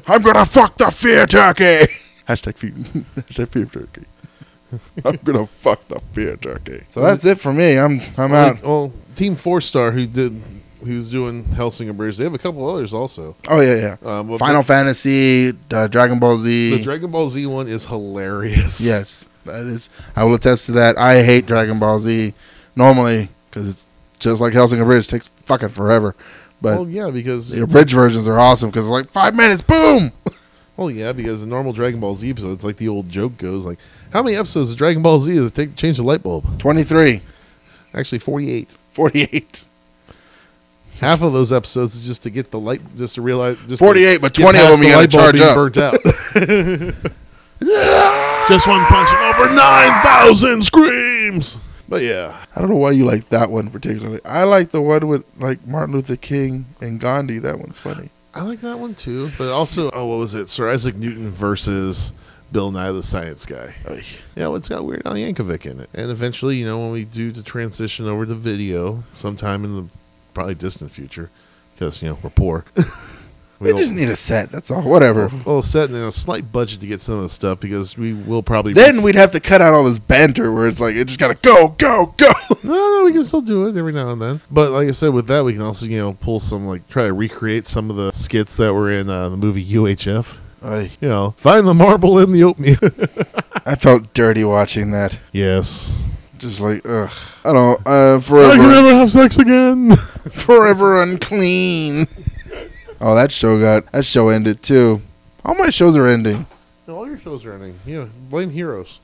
C: I'm gonna fuck the fear turkey. Hashtag fear, hashtag fear turkey. I'm gonna fuck the fear turkey. So that's it for me. I'm I'm
B: Well,
C: out.
B: like, well, Team Four Star who did who's doing Helsing and Bridge. They have a couple others also.
C: Oh yeah, yeah.
B: Um, well,
C: Final Fantasy, uh, Dragon Ball
B: The,
C: Z.
B: the Dragon Ball Z one is hilarious.
C: Yes, that is. I will attest to that. I hate Dragon Ball Z normally because it's just like Hellsing Bridge takes fucking forever. But
B: Well, yeah, because
C: the bridge versions are awesome because like five minutes, boom.
B: well, yeah, because the normal Dragon Ball Z episode, it's like the old joke goes, like, how many episodes of Dragon Ball Z does it take to change the light bulb?
C: 23,
B: Actually, forty-eight.
C: 48.
B: Half of those episodes is just to get the light, just to realize. Just to
C: 48, but
B: get
C: 20 of
B: past
C: them
B: the
C: you gotta
B: light bulb
C: charge
B: being
C: up.
B: Burnt out.
E: Just one punch and over nine thousand screams.
B: but yeah,
C: I don't know why you like that one particularly. I like the one with like Martin Luther King and Gandhi. That one's funny.
B: I like that one too. But also, oh, what was it? Sir Isaac Newton versus Bill Nye the Science Guy. Yeah, well, it's got Weird Al Yankovic in it. And eventually, you know, when we do the transition over to video, sometime in the probably distant future, because you know we're poor.
C: We just need a set. That's all. Whatever.
B: a little set and then a slight budget to get some of the stuff because we will probably
C: Then we'd have to cut out all this banter where it's like it just gotta go, go, go.
B: No, no, we can still do it every now and then. But like I said, with that, we can also you know pull some like try to recreate some of the skits that were in uh, the movie UHF.
C: I,
B: You know, find the marble in the oatmeal.
C: I felt dirty watching that.
B: yes.
C: Just like ugh. I don't. Uh,
B: I can
C: forever,
B: never have sex again.
C: forever unclean. oh, that show got that show ended too. All my shows are ending.
B: no, all your shows are ending. Yeah, blame heroes.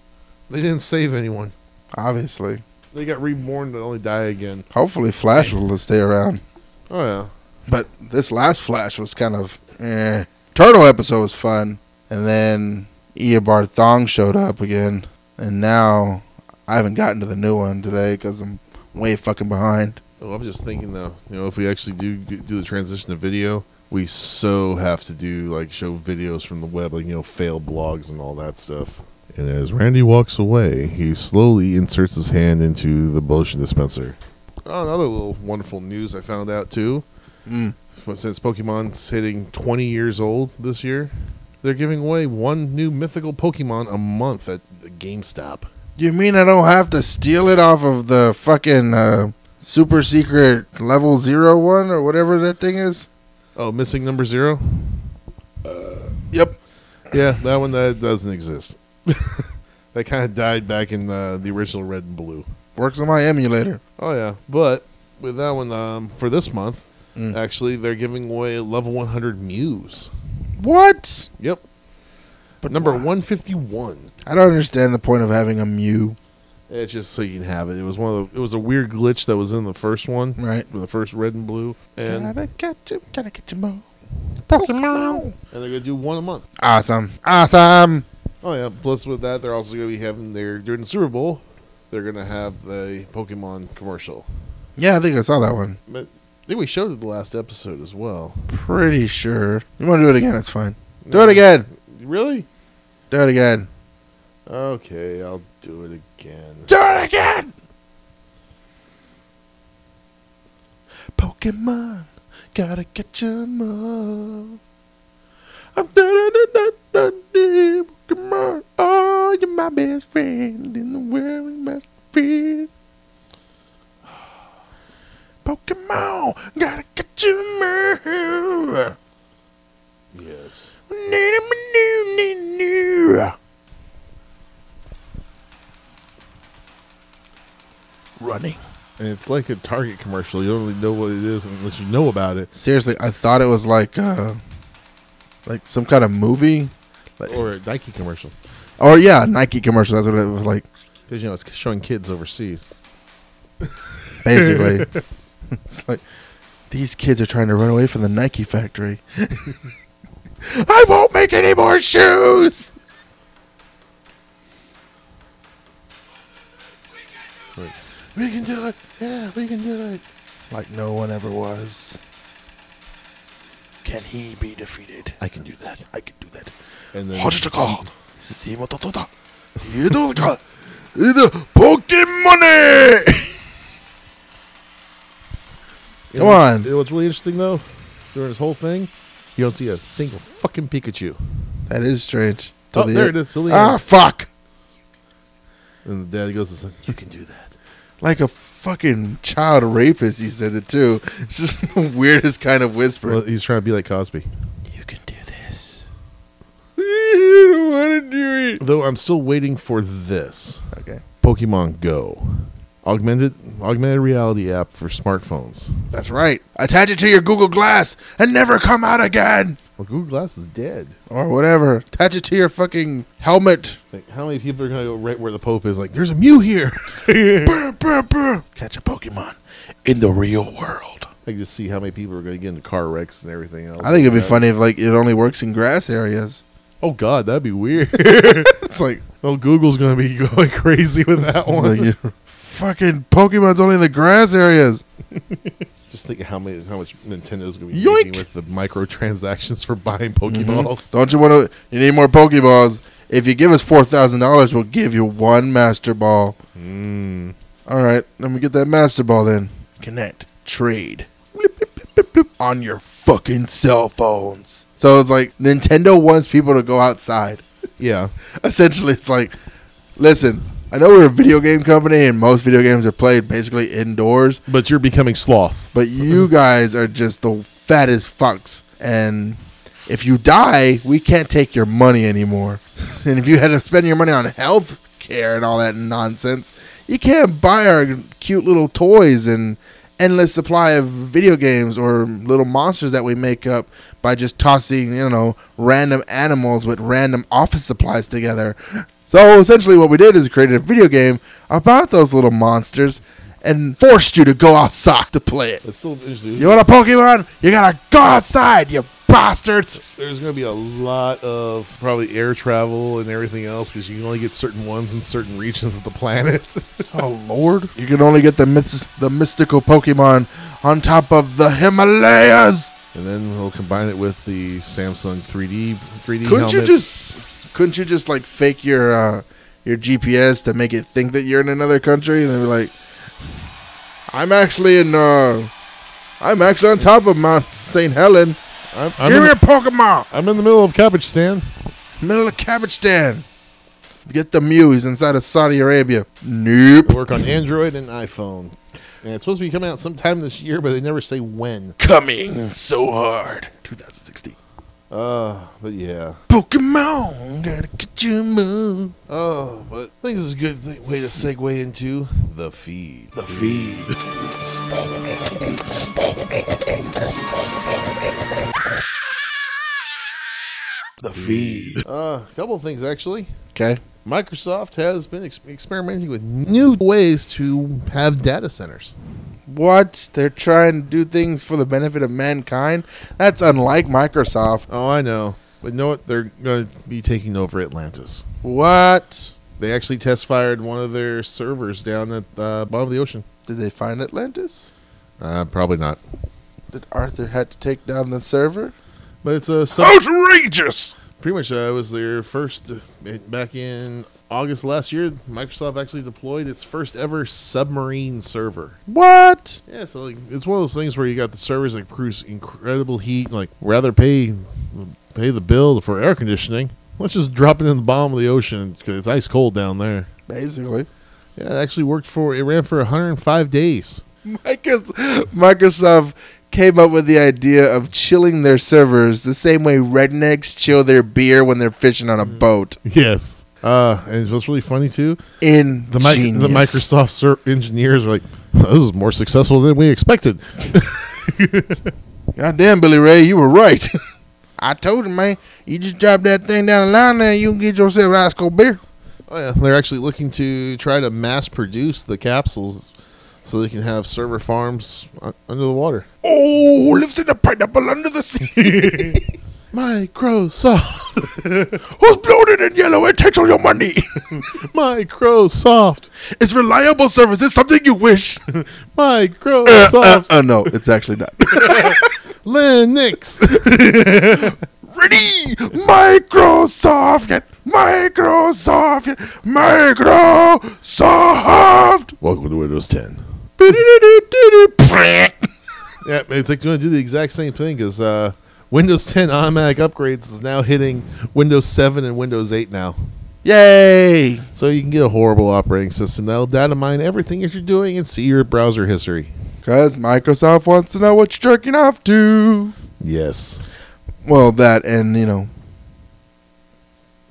B: They didn't save anyone.
C: Obviously.
B: They got reborn to only die again.
C: Hopefully, Flash will stay around.
B: Oh yeah.
C: But this last Flash was kind of eh. Turtle episode was fun, and then Eobard Thong showed up again, and now I haven't gotten to the new one today because I'm way fucking behind.
B: Oh, I'm just thinking though. You know, if we actually do do the transition to video, we so have to do like show videos from the web, like you know, fail blogs and all that stuff. And as Randy walks away, he slowly inserts his hand into the motion dispenser. Oh, another little wonderful news I found out too. F- Since Pokemon's hitting 20 years old this year, they're giving away one new mythical Pokemon a month at the GameStop.
C: You mean I don't have to steal it off of the fucking uh, super secret level zero one or whatever that thing is?
B: Oh, missing number zero?
C: Yep.
B: Yeah, that one that doesn't exist. that kind of died back in uh, the original Red and Blue.
C: Works on my emulator.
B: Oh yeah, but with that one um, for this month,
C: Mm.
B: actually they're giving away level 100 Muse.
C: What?
B: Yep, but number 151.
C: I don't understand the point of having a Mew.
B: It's just so you can have it. It was one of the, it was a weird glitch that was in the first one,
C: Right.
B: With the first Red and Blue, and
E: Gotta catch him. Gotta catch him all.
B: and they're gonna do one a month.
C: Awesome. Awesome.
B: Oh yeah, plus with that they're also gonna be having their during the Super Bowl, they're gonna have the Pokemon commercial.
C: Yeah, I think I saw that one.
B: But I think we showed it the last episode as well.
C: Pretty sure. You want to do it again? It's fine. Do it again.
B: Really?
C: Do it again.
B: Okay, I'll do it again.
C: Do it again. Pokemon, gotta catch 'em all. I'm da-da-da-da-da-da, Pokemon. Oh, you're my best friend in the world, my best friend. Pokemon, gotta catch 'em all.
B: Yes.
E: Running.
B: And it's like a Target commercial. You don't really know what it is unless you know about it.
C: Seriously, I thought it was like uh like some kind of movie.
B: Or a Nike commercial.
C: Or yeah, Nike commercial. That's what it was like.
B: Because you know it's showing kids overseas.
C: Basically, it's like these kids are trying to run away from the Nike factory. I won't make any more shoes. We can do it. Yeah, we can do it. Like no one ever was. Can he be defeated?
B: I can do that.
C: I can do that.
B: And then
C: 始めたか。いいのか。いいの。ポケモン。
B: you
C: Come
B: know,
C: on.
B: You know what's really interesting though? During this whole thing, you don't see a single fucking Pikachu.
C: That is strange.
B: Oh,
C: Till the
B: there
C: end.
B: it is. Till the
C: Ah,
B: end.
C: fuck.
B: And the dad goes, to the son, "You can do that."
C: Like a fucking child rapist, he says it too. It's just the weirdest kind of whisper.
B: Well, he's trying to be like Cosby.
C: you can do this. I don't want to do it.
B: Though I'm still waiting for this
C: Okay.
B: Pokemon Go, augmented augmented reality app for smartphones.
C: That's right. Attach it to your Google Glass and never come out again.
B: Well, Google Glass is dead.
C: Or whatever. Attach it to your fucking helmet.
B: Like, how many people are gonna go right where the Pope is? Like, there's a Mew here.
C: Brr, brr, brr. Catch a Pokemon in the real world.
B: I can just see how many people are gonna get into car wrecks and everything else.
C: I think it'd be
B: Like,
C: funny if like it only works in grass areas.
B: Oh God, that'd be weird.
C: It's like,
B: oh, Google's gonna be going crazy with that one.
C: like, fucking Pokemon's only in the grass areas.
B: Just think how many, how much Nintendo's gonna be
C: Yoink. Mm-hmm.
B: making with the microtransactions for buying Pokeballs.
C: Don't you want to? You need more Pokeballs. If you give us four thousand dollars, we'll give you one Master Ball. All right, let me get that Master Ball then. Connect, trade, Bloop, bloop, bloop, bloop, bloop. on your fucking cell phones. So it's like Nintendo wants people to go outside.
B: Yeah,
C: Essentially, it's like, listen, I know we're a video game company, and most video games are played basically indoors.
B: but you're becoming sloth.
C: But you guys are just the fattest fucks. And if you die, we can't take your money anymore. And if you had to spend your money on health care and all that nonsense, you can't buy our cute little toys and endless supply of video games or little monsters that we make up by just tossing, you know, random animals with random office supplies together. So essentially what we did is created a video game about those little monsters and forced you to go outside to play it.
B: It's still interesting.
C: You want a Pokemon? You gotta go outside, you bastards!
B: There's going to be a lot of probably air travel and everything else because you can only get certain ones in certain regions of the planet.
C: Oh lord! You can only get the myth- the mystical Pokemon on top of the Himalayas.
B: and then we'll combine it with the Samsung 3D 3D
C: Couldn't
B: helmets.
C: you just couldn't you just like fake your uh, your GPS to make it think that you're in another country and then be like, I'm actually in uh, I'm actually on top of Mount St. Helen.
B: I'm, I'm,
C: Give
B: in
C: me a
B: the,
C: Pokemon.
B: I'm in the middle of cabbage stand.
C: Middle of cabbage stand. Get the Mew. He's inside of Saudi Arabia. Nope.
B: Work on Android and iPhone. And it's supposed to be coming out sometime this year, but they never say when.
C: coming so hard. 2016.
B: Uh, but yeah.
C: Pokemon, gotta get you move.
B: Oh, but I think this is a good th- way to segue into the feed.
C: The feed. the feed.
B: Uh, a couple of things actually.
C: Okay.
B: Microsoft has been ex- experimenting with new ways to have data centers.
C: What? They're trying to do things for the benefit of mankind? That's unlike Microsoft.
B: Oh, I know. But you know what? They're going to be taking over Atlantis.
C: What?
B: They actually test fired one of their servers down at the uh, bottom of the ocean.
C: Did they find Atlantis?
B: Uh, probably not.
C: Did Arthur had to take down the server?
B: But it's a sub-
E: Outrageous!
B: pretty much uh, it was their first uh, back in August last year. Microsoft actually deployed its first ever submarine server.
C: What?
B: Yeah, so like it's one of those things where you got the servers that produce incredible heat, and like rather pay pay the bill for air conditioning. Let's just drop it in the bottom of the ocean because it's ice cold down there.
C: Basically.
B: Yeah, it actually worked for it ran for 105 days.
C: Microsoft, Microsoft came up with the idea of chilling their servers the same way rednecks chill their beer when they're fishing on a
B: Mm.
C: boat.
B: Yes. Uh, and what's really funny too,
C: In
B: the mic- the Microsoft ser- engineers are like, this is more successful than we expected.
C: Goddamn, Billy Ray, you were right. I told you, man. You just drop that thing down the line there, you can get yourself an ice cold beer.
B: Oh yeah, they're actually looking to try to mass produce the capsules so they can have server farms u- under the water.
C: Oh, who lives in a pineapple under the sea?
B: Microsoft,
C: Who's bloated and yellow and takes all your money?
B: Microsoft,
C: it's reliable service. It's something you wish.
B: Microsoft,
C: uh, no, it's actually not.
B: Linux.
C: Ready? Microsoft. Microsoft. Microsoft.
E: Welcome to Windows 10.
B: yeah, it's like going to do the exact same thing because uh, Windows 10 automatic upgrades is now hitting Windows 7 and Windows 8 now.
C: Yay.
B: So you can get a horrible operating system that'll data mine everything that you're doing and see your browser history.
C: Because Microsoft wants to know what you're jerking off to.
B: Yes.
C: Well, that and, you know,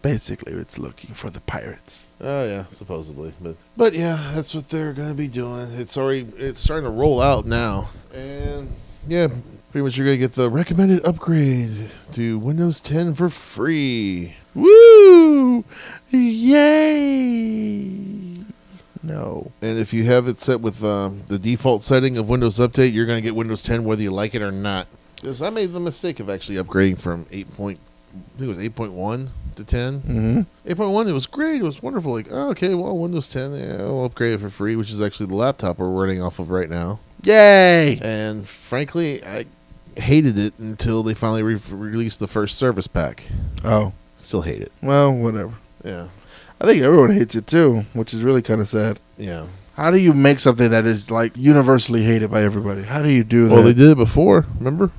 C: basically it's looking for the pirates.
B: Oh yeah, supposedly, but but yeah, that's what they're gonna be doing. It's already it's starting to roll out now, and yeah, pretty much you're gonna get the recommended upgrade to Windows 10 for free.
C: Woo! Yay! No.
B: And if you have it set with um, the default setting of Windows Update, you're gonna get Windows 10 whether you like it or not. 'Cause I made the mistake of actually upgrading from 8. Point, I think it was 8.1 to 10.
C: Mm-hmm.
B: 8.1, it was great. It was wonderful. Like, oh, okay, well, Windows 10, yeah, I'll upgrade it for free, which is actually the laptop we're running off of right now.
C: Yay!
B: and frankly, I hated it until they finally re- released the first service pack.
C: Oh,
B: Still hate it.
C: well, whatever.
B: Yeah,
C: I think everyone hates it too, which is really kind of sad.
B: yeah.
C: How do you make something that is like universally hated by everybody? How do you do that?
B: Well, they did it before. Remember,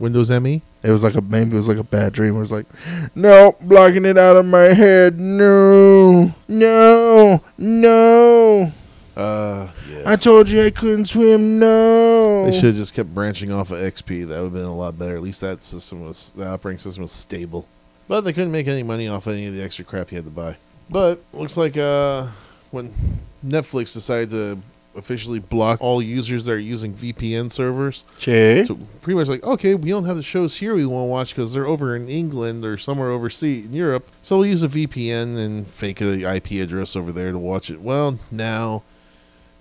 B: Windows E? ME.
C: It was like a maybe it was like a bad dream. Where it's like, no, blocking it out of my head. No, no, no.
B: Uh, yes.
C: I told you I couldn't swim. No.
B: they should have just kept branching off of XP. That would have been a lot better. At least that system was the operating system was stable. But they couldn't make any money off any of the extra crap you had to buy. But looks like uh, when Netflix decided to officially block all users that are using VPN servers,
C: Che.
B: So pretty much like, okay, we don't have the shows here we want to watch because they're over in England or somewhere overseas in Europe. So we'll use a VPN and fake a IP address over there to watch it. Well, now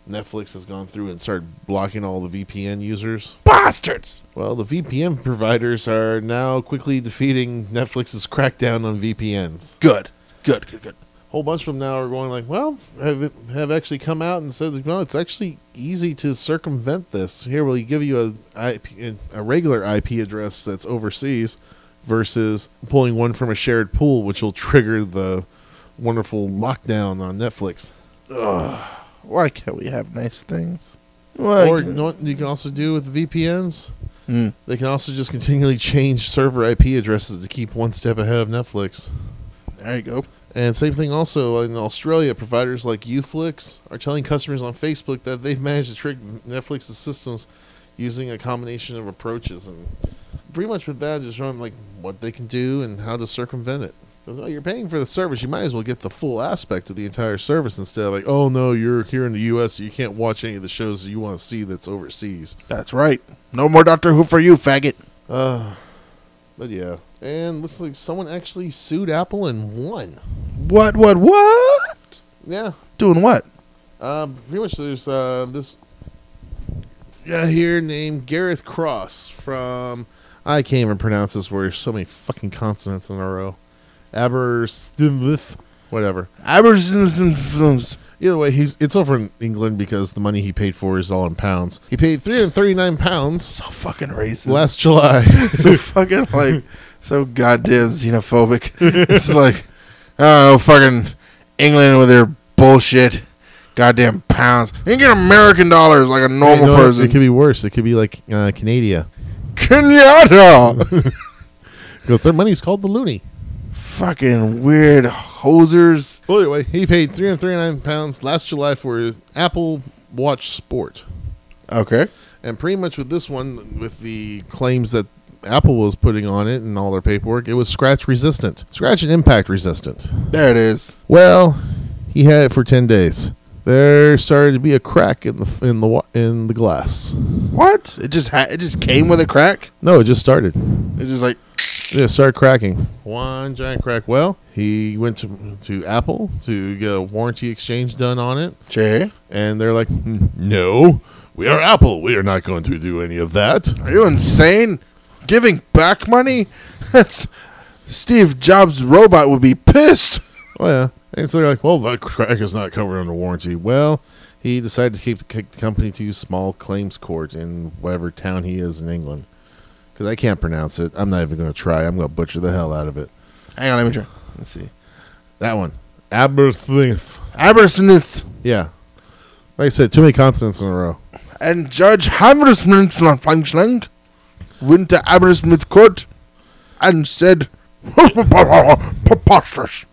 B: Netflix has gone through and started blocking all the VPN users.
C: Bastards.
B: Well, the VPN providers are now quickly defeating Netflix's crackdown on VPNs.
C: Good. Good. Good. Good.
B: whole bunch of them now are going like, well, have have actually come out and said, well, it's actually easy to circumvent this. Here, we'll give you a IP, a regular IP address that's overseas versus pulling one from a shared pool, which will trigger the wonderful lockdown on Netflix.
C: Why can't we have nice things? Why?
B: Or you
C: can't-
B: know what you can also do with VPNs?
C: Mm.
B: They can also just continually change server IP addresses to keep one step ahead of Netflix.
C: There you go.
B: And same thing also in Australia, providers like Uflix are telling customers on Facebook that they've managed to trick Netflix's systems using a combination of approaches. And pretty much with that, just showing like what they can do and how to circumvent it. Because oh, you're paying for the service, you might as well get the full aspect of the entire service instead of like, oh no, you're here in the U.S., so you can't watch any of the shows that you want to see that's overseas.
C: That's right. No more Doctor Who for you, faggot.
B: Uh, but yeah, and looks like someone actually sued Apple and won.
C: What? What? What?
B: Yeah,
C: Doing what?
B: Um, pretty much there's uh, this guy here named Gareth Cross from I can't even pronounce this word. There's so many fucking consonants in a row. Aberystwyth, whatever.
C: Abersons and films.
B: Either way, he's it's over in England because the money he paid for is all in pounds. He paid three hundred thirty nine pounds
C: So fucking racist.
B: last July.
C: so fucking like so goddamn xenophobic. It's like oh fucking England with their bullshit, goddamn pounds. You can get American dollars like a normal
B: You know what?
C: person.
B: It could be worse. It could be like uh, Canada
C: Kenyatta,
B: because their money's called the loony.
C: fucking weird hosers.
B: Well, anyway, he paid three hundred thirty nine pounds last July for his Apple Watch Sport.
C: Okay,
B: And pretty much with this one, with the claims that Apple was putting on it and all their paperwork, it was scratch resistant, scratch and impact resistant.
C: there it is.
B: Well, he had it for 10 days. there started to be a crack in the in the wa- in the glass.
C: What? It just ha- it just came with a crack.
B: No, it just started.
C: It just like
B: Yeah, started cracking. One giant crack. Well, he went to to Apple to get a warranty exchange done on it,
C: Jay.
B: and they're like, "Hmm, "No, we are Apple. We are not going to do any of that."
C: Are you insane? Giving back money? That's Steve Jobs' robot would be pissed.
B: Oh yeah, and so they're like, "Well, that crack is not covered under warranty." Well, he decided to keep the, kick the company to small claims court in whatever town he is in England, because I can't pronounce it. I'm not even going to try. I'm going to butcher the hell out of it.
C: Hang on, let me try. Let's see.
B: That one, Aberystwyth.
C: Abersmith
B: Yeah, like I said, too many consonants in a row.
C: and Judge Hammersmith Flanschlang went to Abersmith Court and said, preposterous.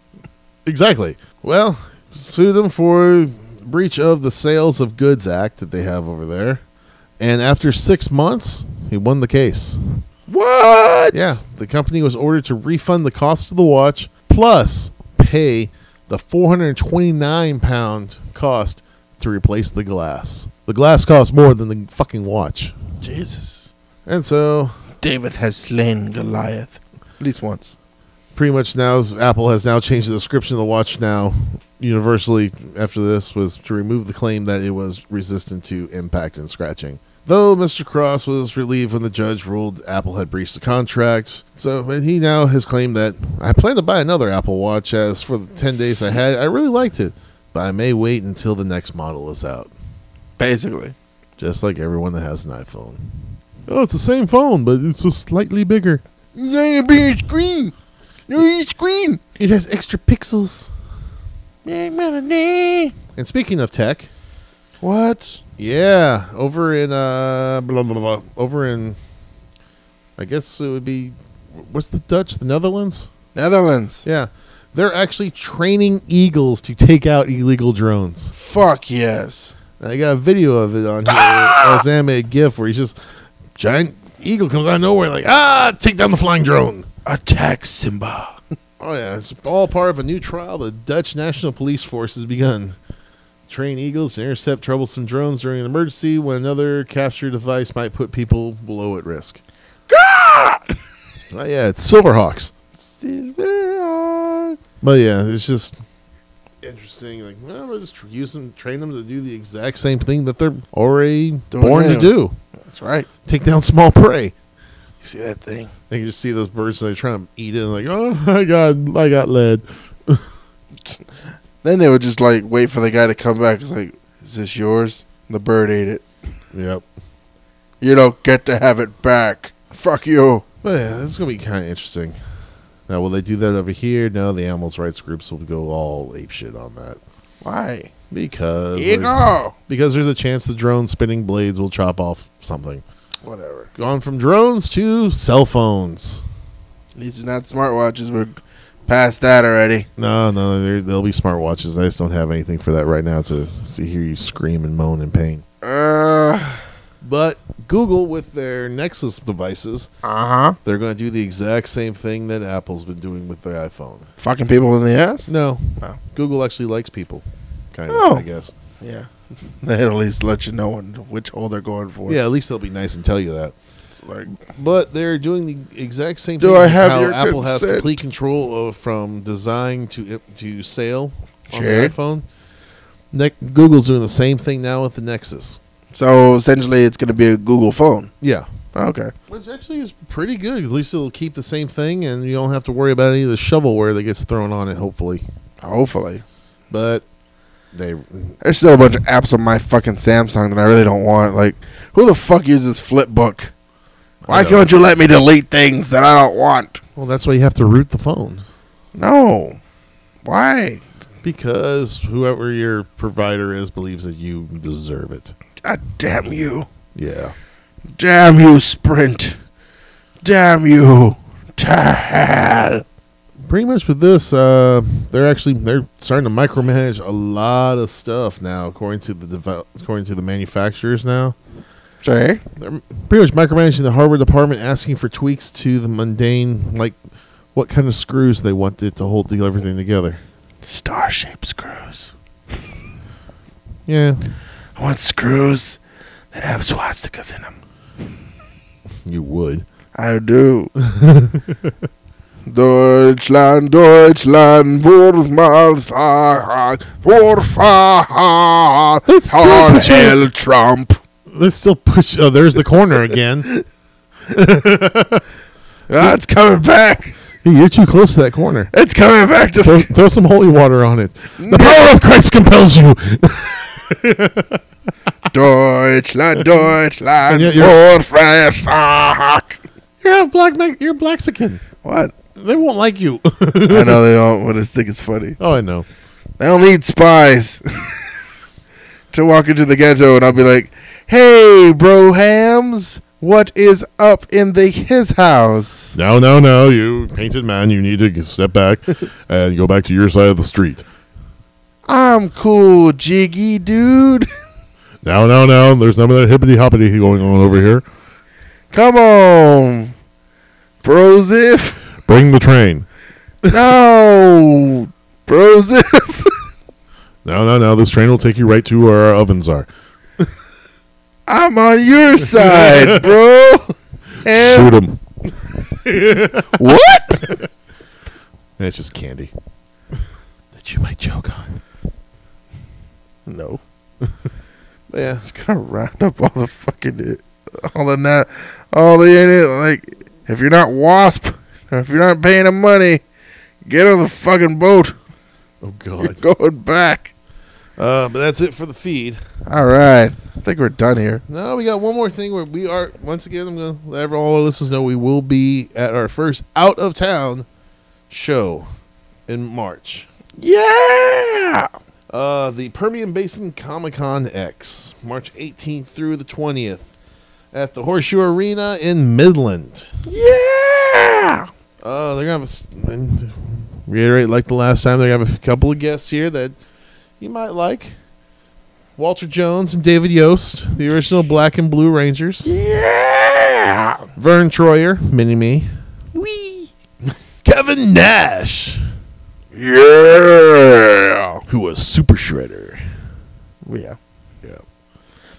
B: Exactly. Well, sue them for breach of the Sales of Goods Act that they have over there. And after six months, he won the case.
C: What?
B: Yeah, the company was ordered to refund the cost of the watch plus pay the 429 pound cost to replace the glass. The glass cost more than the fucking watch.
C: Jesus.
B: And so,
C: David has slain Goliath. At least once.
B: pretty much now, Apple has now changed the description of the watch now universally after this was to remove the claim that it was resistant to impact and scratching. Though Mr. Cross was relieved when the judge ruled Apple had breached the contract, so and he now has claimed that I plan to buy another Apple Watch. As for the ten days I had, I really liked it, but I may wait until the next model is out.
C: Basically.
B: Just like everyone that has an iPhone. Oh, it's the same phone, but it's just slightly bigger.
C: No bigger screen. No screen.
B: It has extra pixels.
C: What?
B: And speaking of tech, Yeah, over in uh, blah, blah, blah, over in, I guess it would be, what's the Dutch? The Netherlands?
C: Netherlands.
B: Yeah, they're actually training eagles to take out illegal drones.
C: Fuck yes.
B: I got a video of it on here. It's an animated GIF where he's just giant eagle comes out of nowhere like ah, take down the flying drone.
C: Attack Simba.
B: Oh yeah, it's all part of a new trial the Dutch National Police Force has begun. Train eagles to intercept troublesome drones during an emergency when another capture device might put people below at risk. oh yeah, it's Silverhawks. But yeah, it's just interesting. Like, well, we're just use them, train them to do the exact same thing that they're already born to
C: now.
B: do:
C: That's right.
B: take down small prey.
C: You see that thing?
B: They can just see those birds and they're trying to eat it. And like, oh, I got, I got lead.
C: Then they would just like wait for the guy to come back. It's like, is this yours? The bird ate it.
B: Yep.
C: You don't get to have it back. Fuck you.
B: But yeah, this is gonna be kind of interesting. Now, will they do that over here? No, the animals' rights groups will go all ape shit on that
C: Why?
B: because
C: Eagle.
B: because there's a chance the drone spinning blades will chop off something.
C: Whatever.
B: Gone from drones to cell phones.
C: At least it's not smartwatches. We're past that already.
B: No, no, there- there'll be smartwatches. I just don't have anything for that right now to see hear you scream and moan in pain.
C: Uh
B: But Google with their Nexus devices,
C: huh.
B: they're going to do the exact same thing that Apple's been doing with their iPhone.
C: Fucking people in the ass.
B: No,
C: Oh.
B: Google actually likes people, kind of.
C: Oh.
B: I guess.
C: Yeah. They at least let you know in which hole they're going for.
B: Yeah, at least they'll be nice and tell you that.
C: It's like,
B: But they're doing the exact same
C: Do
B: thing.
C: I
B: with
C: have
B: how
C: your
B: Apple has
C: consent?
B: complete control of, from design to to sale on
C: Sure.
B: the iPhone. Ne- Google's doing the same thing now with the Nexus.
C: so essentially, it's going to be a Google phone.
B: Yeah,
C: Okay.
B: which actually is pretty good. At least it'll keep the same thing, and you don't have to worry about any of the shovelware that gets thrown on it. Hopefully,
C: Hopefully,
B: but they
C: there's still a bunch of apps on my fucking Samsung that I really don't want. Like, who the fuck uses Flipbook? Why
B: I don't.
C: can't you let me delete things that I don't want?
B: well, that's why you have to root the phone.
C: No. Why?
B: Because whoever your provider is believes that you deserve it.
C: God damn you!
B: Yeah.
C: Damn you, Sprint! Damn you, to hell!
B: Pretty much with this, uh, they're actually they're starting to micromanage a lot of stuff now. According to the devel- according to the manufacturers now,
C: Say,
B: they're pretty much micromanaging the hardware department, asking for tweaks to the mundane, like what kind of screws they want it to hold the, everything together.
C: star-shaped screws.
B: Yeah,
C: I want screws that have swastikas in them.
B: you would.
C: I do. Deutschland, Deutschland, wurf mal Sachen, Vorfahren,
B: It's still
C: Hahn,
B: the same.
C: Hell, Trump.
B: Let's still push. Oh, there's the corner again.
C: Ah, it's coming back.
B: Hey, you're too close to that corner.
C: It's coming back to
B: Throw,
C: the
B: throw some holy water on it. The power of Christ compels you.
C: Deutschland, Deutschland,
B: And yet you're-
C: Vorfahren.
B: You're half black. Me- You're Mexican.
C: What?
B: They won't like you.
C: I know they don't, but I think it's funny.
B: oh, I know.
C: They don't need spies to walk into the ghetto, and I'll be like, "Hey, bro, hams, what is up in the his house?"
B: No, no, no. You painted man. You need to step back and go back to your side of the street.
C: I'm cool, jiggy dude.
B: No, no, no. There's none of that hippity hoppity going on over here.
C: Come on, brosif.
B: Bring the train.
C: No, brosif.
B: No, no, no. This train will take you right to where our ovens are.
C: I'm on your side, bro.
B: Shoot
C: And
B: 'em.
C: what?
B: And it's just candy that you might choke on.
C: No.
B: Yeah.
C: It's gonna round up all the fucking all the net all the in it like if you're not wasp or if you're not paying them money, get on the fucking boat.
B: Oh
C: You're
B: God.
C: going back.
B: Uh, but that's it for the feed.
C: All right, I think we're done here.
B: No, we got one more thing where we are once again. I'm gonna let every- all our listeners know we will be at our first out of town show in March.
C: Yeah.
B: Uh, the Permian Basin Comic Con X, March 18th through the 20th, at the Horseshoe Arena in Midland.
C: Yeah.
B: Uh, they're gonna have a s- and reiterate like the last time. They're gonna have a couple of guests here that you might like. Walter Jones and David Yost, the original Black and Blue Rangers.
C: Yeah.
B: Vern Troyer, Mini Me.
C: Wee.
B: Kevin Nash,
C: Yeah.
B: who was Super Shredder.
C: Yeah. Yeah.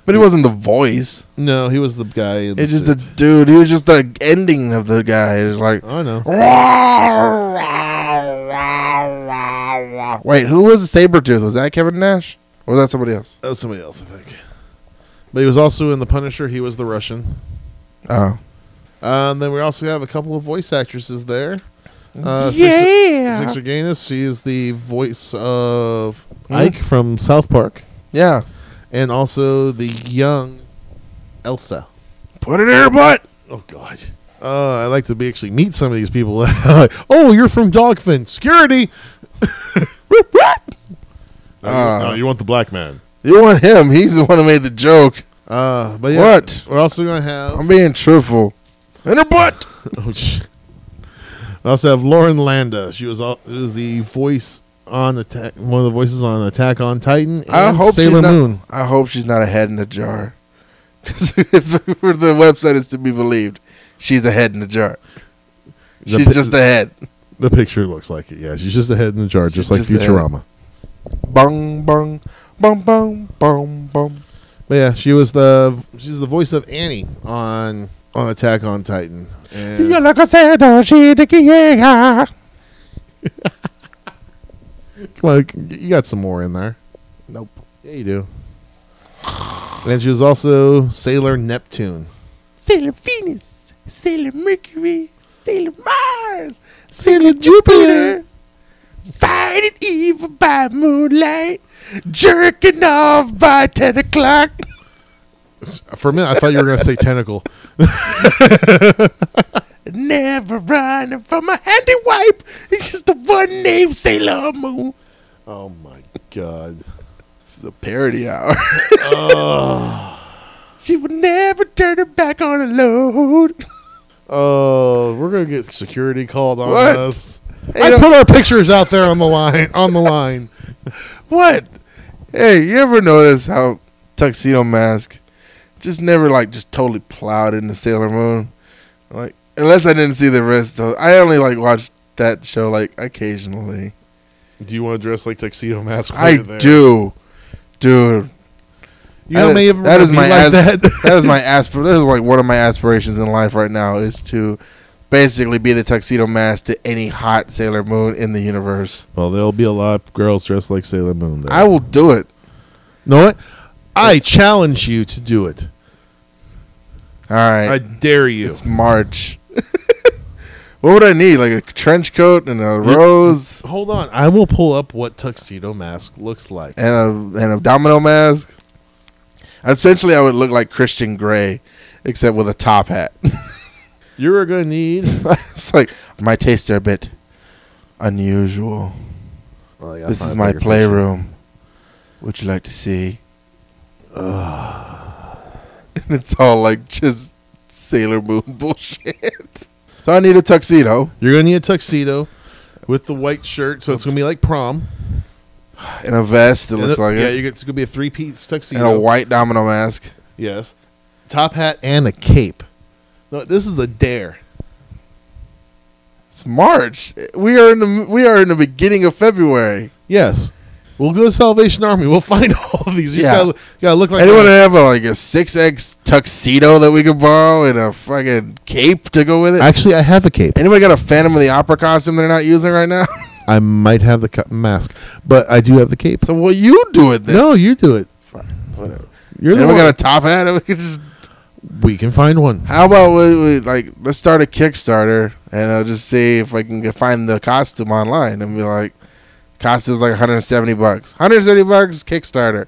C: But he wasn't the voice.
B: No, he was the guy. In
C: It's just the
B: suit.
C: dude. He was just the ending of the guy. It's like.
B: Oh, I know.
C: Wait, who was Sabretooth? Was that Kevin Nash? Or was that somebody else?
B: That was somebody else, I think. But he was also in The Punisher. He was the Russian.
C: Oh.
B: Um, then we also have a couple of voice actresses there. Uh,
C: Yeah.
B: Smixer Gaines, she is the voice of
C: Hmm?
B: Ike from South Park,
C: Yeah.
B: and also the young Elsa.
C: Put it in her butt.
B: Oh God. Uh, I'd like to be actually meet some of these people. oh, you're from Dogfin Security. no, you,
C: Uh.
B: no, you want the black man.
C: You want him. He's the one who made the joke.
B: Uh, but yeah,
C: What?
B: we're also gonna have.
C: I'm being truthful. In her butt.
B: oh, sh- we also have Lauren Landa. She was all, it was the voice on attack. One of the voices on Attack on Titan. And
C: I hope
B: Sailor
C: she's not,
B: Moon.
C: I hope she's not a head in a jar. Because if the website is to be believed, she's a head in a jar.
B: The
C: She's
B: pi-
C: just a head.
B: The picture looks like it. Yeah, she's just a head in the jar, just,
C: She's
B: like
C: just a head.
B: Futurama.
C: Bong, bong, bong, bong, bong, bong.
B: But yeah, she was the she's the voice of Annie on on Attack on Titan. And Come on, you got some more in there.
C: Nope.
B: Yeah, you do. And she was also Sailor Neptune.
C: Sailor Venus, Sailor Mercury, Sailor Mars, Sailor Jupiter. Fighting evil by moonlight, jerking off by 10 o'clock.
B: For a minute, I thought you were going to say tentacle.
C: Never running from a handy wipe. It's just the one name Sailor Moon.
B: Oh my god.
C: This is a parody hour. She would never turn her back on a load.
B: Oh, we're going to get security called on
C: What?
B: us.
C: Hey,
B: I
C: don't-
B: put our pictures out there on the line. On the line.
C: What? Hey, you ever notice how Tuxedo Mask just never like just totally plowed into Sailor Moon? Like, unless I didn't see the rest of I only like watched that show like occasionally.
B: Do you want to dress like tuxedo mask? when
C: I
B: you're there?
C: do. Dude,
B: You know, may have
C: that is my
B: like
C: as-
B: that.
C: that is my aspir- that is like one of my aspirations in life right now is to basically be the tuxedo mask to any hot Sailor Moon in the universe.
B: well, there'll be a lot of girls dressed like Sailor Moon. Then.
C: I will do it.
B: know what? I challenge you to do it.
C: All right.
B: I dare you.
C: It's March. what would I need? Like a trench coat and a rose
B: Hold on, I will pull up what tuxedo mask looks like.
C: and a and a domino mask. Essentially, I would look like Christian Grey, except with a top hat.
B: You're gonna need.
C: it's like my tastes are a bit unusual.
B: Oh, I gotta
C: this
B: find
C: is
B: a
C: my
B: bigger picture.
C: playroom. Would you like to see? and it's all like just Sailor Moon bullshit. So I need a tuxedo.
B: You're gonna need a tuxedo with the white shirt, so it's gonna be like prom.
C: and a vest that looks
B: And
C: like
B: yeah,
C: it,
B: you're, it's gonna be a three piece tuxedo.
C: and a white domino mask.
B: Yes, top hat and a cape. No, this is a dare.
C: It's March. We are in the we are in the beginning of February.
B: Yes, we'll go to Salvation Army. We'll find all of these. You
C: Yeah.
B: just gotta, you gotta look like
C: Anyone have a, like a six X tuxedo that we could borrow and a fucking cape to go with it?
B: Actually, I have a cape.
C: Anybody got a Phantom of the Opera costume they're not using right now?
B: I might have the cu- mask, but I do have the cape.
C: so well, you do it then.
B: no, you do it.
C: Fine, whatever.
B: You're the
C: Anyone
B: one.
C: got a top hat? that We could just
B: we can find one.
C: how about we, we like let's start a Kickstarter and I'll just see if I can get- find the costume online and be like, costume's like 170 bucks, 170 bucks Kickstarter.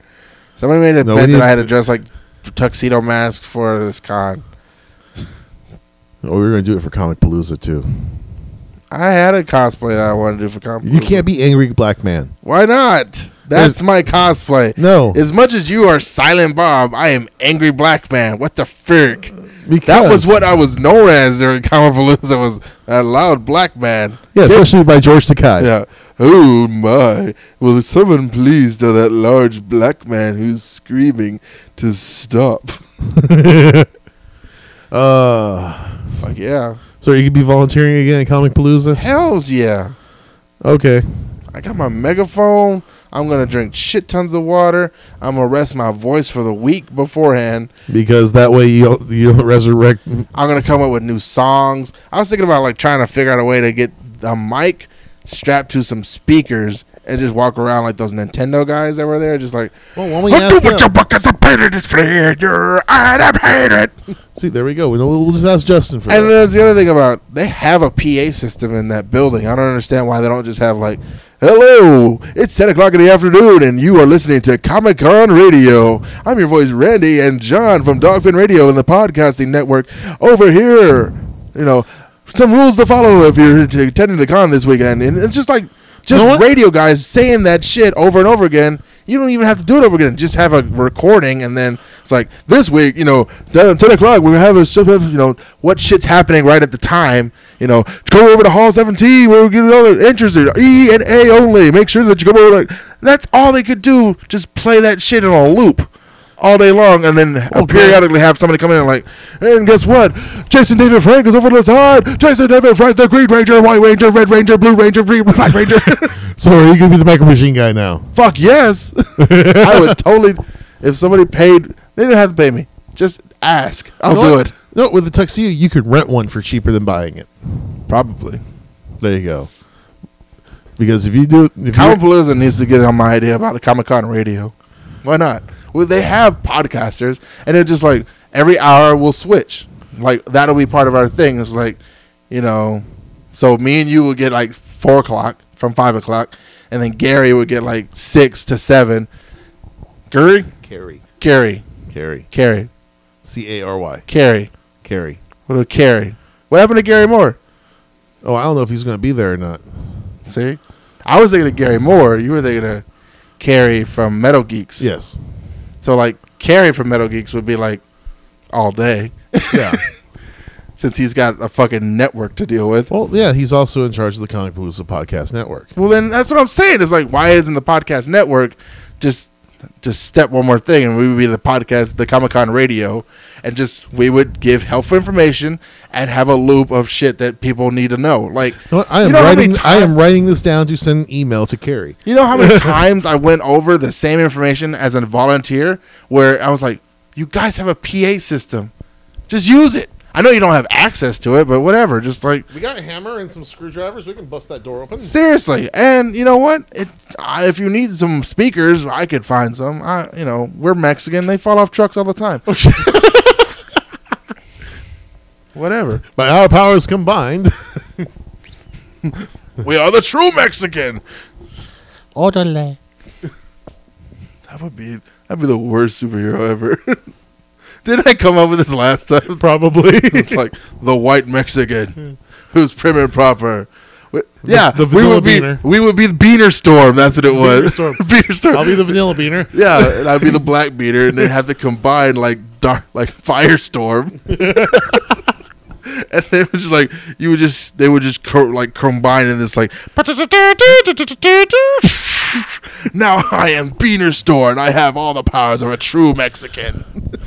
C: Somebody made a
B: No,
C: bet
B: we
C: that I
B: need-
C: had to dress like tuxedo mask for this con.
B: Oh, we are gonna do it for Comic Palooza too.
C: I had a cosplay that I wanted to do for con.
B: You can't be angry black man.
C: Why not? That's
B: There's-
C: my cosplay.
B: No,
C: As much as you are Silent Bob, I am Angry Black Man. What the frick? That
B: because-
C: was what I was known as during Comic Palooza was a loud black man.
B: Yeah, especially by George Takai.
C: Yeah. Oh my. Will someone please tell that large black man who's screaming to stop?
B: Uh,
C: Fuck yeah.
B: so you could be volunteering again at Comic Palooza.
C: Hells yeah.
B: Okay.
C: I got my megaphone. I'm gonna drink shit tons of water. I'm gonna rest my voice for the week beforehand.
B: because that way you don't, you don't resurrect.
C: I'm gonna come up with new songs. I was thinking about like trying to figure out a way to get a mic strapped to some speakers and just walk around like those Nintendo guys that were there, just like
B: Well, why don't we ask them?
C: buckets of painted is flare, you're I'd hate it.
B: See, there we go. We'll, we'll just ask Justin for
C: And
B: that.
C: that's the other thing about they have a PA system in that building. I don't understand why they don't just have like, "Hello, it's ten o'clock in the afternoon, and you are listening to Comic Con Radio." I'm your voice, Randy and John from Dogfin Radio and the podcasting network over here. You know, some rules to follow if you're t- attending the con this weekend, and it's just like just
B: know what?
C: radio guys saying that shit over and over again. You don't even have to do it over again. Just have a recording, and then it's like this week, you know, down at ten o'clock, we have a sub- you know what shit's happening right at the time. You know, go over to Hall Seventeen where we get all the entries are E and A only. Make sure that you go over. Like, that's all they could do. Just play that shit in a loop. All day long, and then periodically have somebody come in and like, and guess what? Jason David Frank is over to the side. Jason David Frank, the Green Ranger, White Ranger, Red Ranger, Blue Ranger, Green Black Ranger.
B: So are you gonna be the micro machine guy now?
C: Fuck yes. I would totally. If somebody paid, they didn't have to pay me. Just ask. I'll
B: No,
C: do
B: what?
C: it.
B: No, with the tuxedo, you could rent one for cheaper than buying it.
C: Probably.
B: There you go. Because if you do, if
C: Comic
B: you
C: Palooza needs to get on my idea about a Comic Con radio. Why not? Well, they have podcasters, and they're just like every hour we'll switch. Like that'll be part of our thing. It's like, you know, so me and you will get like four o'clock from five o'clock, and then Gary would get like six to seven. Gary,
B: carry,
C: Gary,
B: carry,
C: Gary,
B: C A R Y,
C: Gary.
B: carry.
C: What about Gary? What happened to Gary Moore?
B: Oh, I don't know if he's gonna be there or not.
C: See, I was thinking of Gary Moore. You were thinking of Carrie from Metal Geeks.
B: Yes.
C: So like Carrie from Metal Geeks would be like all day
B: Yeah.
C: since he's got a fucking network to deal with.
B: well, yeah. He's also in charge of the Comic Palooza podcast network.
C: Well, then that's what I'm saying. It's like why isn't the podcast network just just step one more thing, and we would be the podcast, the Comic Con radio, and just we would give helpful information and have a loop of shit that people need to know. Like
B: You know what? I am
C: you know how many
B: writing. I
C: ti-
B: am writing this down to send an email to Carrie.
C: You know how many times I went over the same information as a volunteer where I was like, you guys have a PA system. Just use it. I know you don't have access to it, but whatever. Just like,
B: We got a hammer and some screwdrivers. We can bust that door open.
C: seriously. And you know what? It, I, if you need some speakers, I could find some. I, you know, we're Mexican. They fall off trucks all the time.
B: Oh,
C: whatever.
B: By our powers combined,
C: We are the true Mexican. That would be that'd be the worst superhero ever. Didn't I come up with this last time?
B: probably.
C: it's like the white Mexican who's prim and proper. We- yeah,
B: the
C: we would be
B: vanilla beaner.
C: we would be the Beaner Storm. That's what it was.
B: Storm.
C: Beaner Storm.
B: I'll be the vanilla beaner.
C: yeah, and I'd be the Black Beater, and they'd have to combine like dark, like Firestorm. and they would just like you would just they would just co- like combine in this like. Now I am Beaner Storm, and I have all the powers of a true Mexican.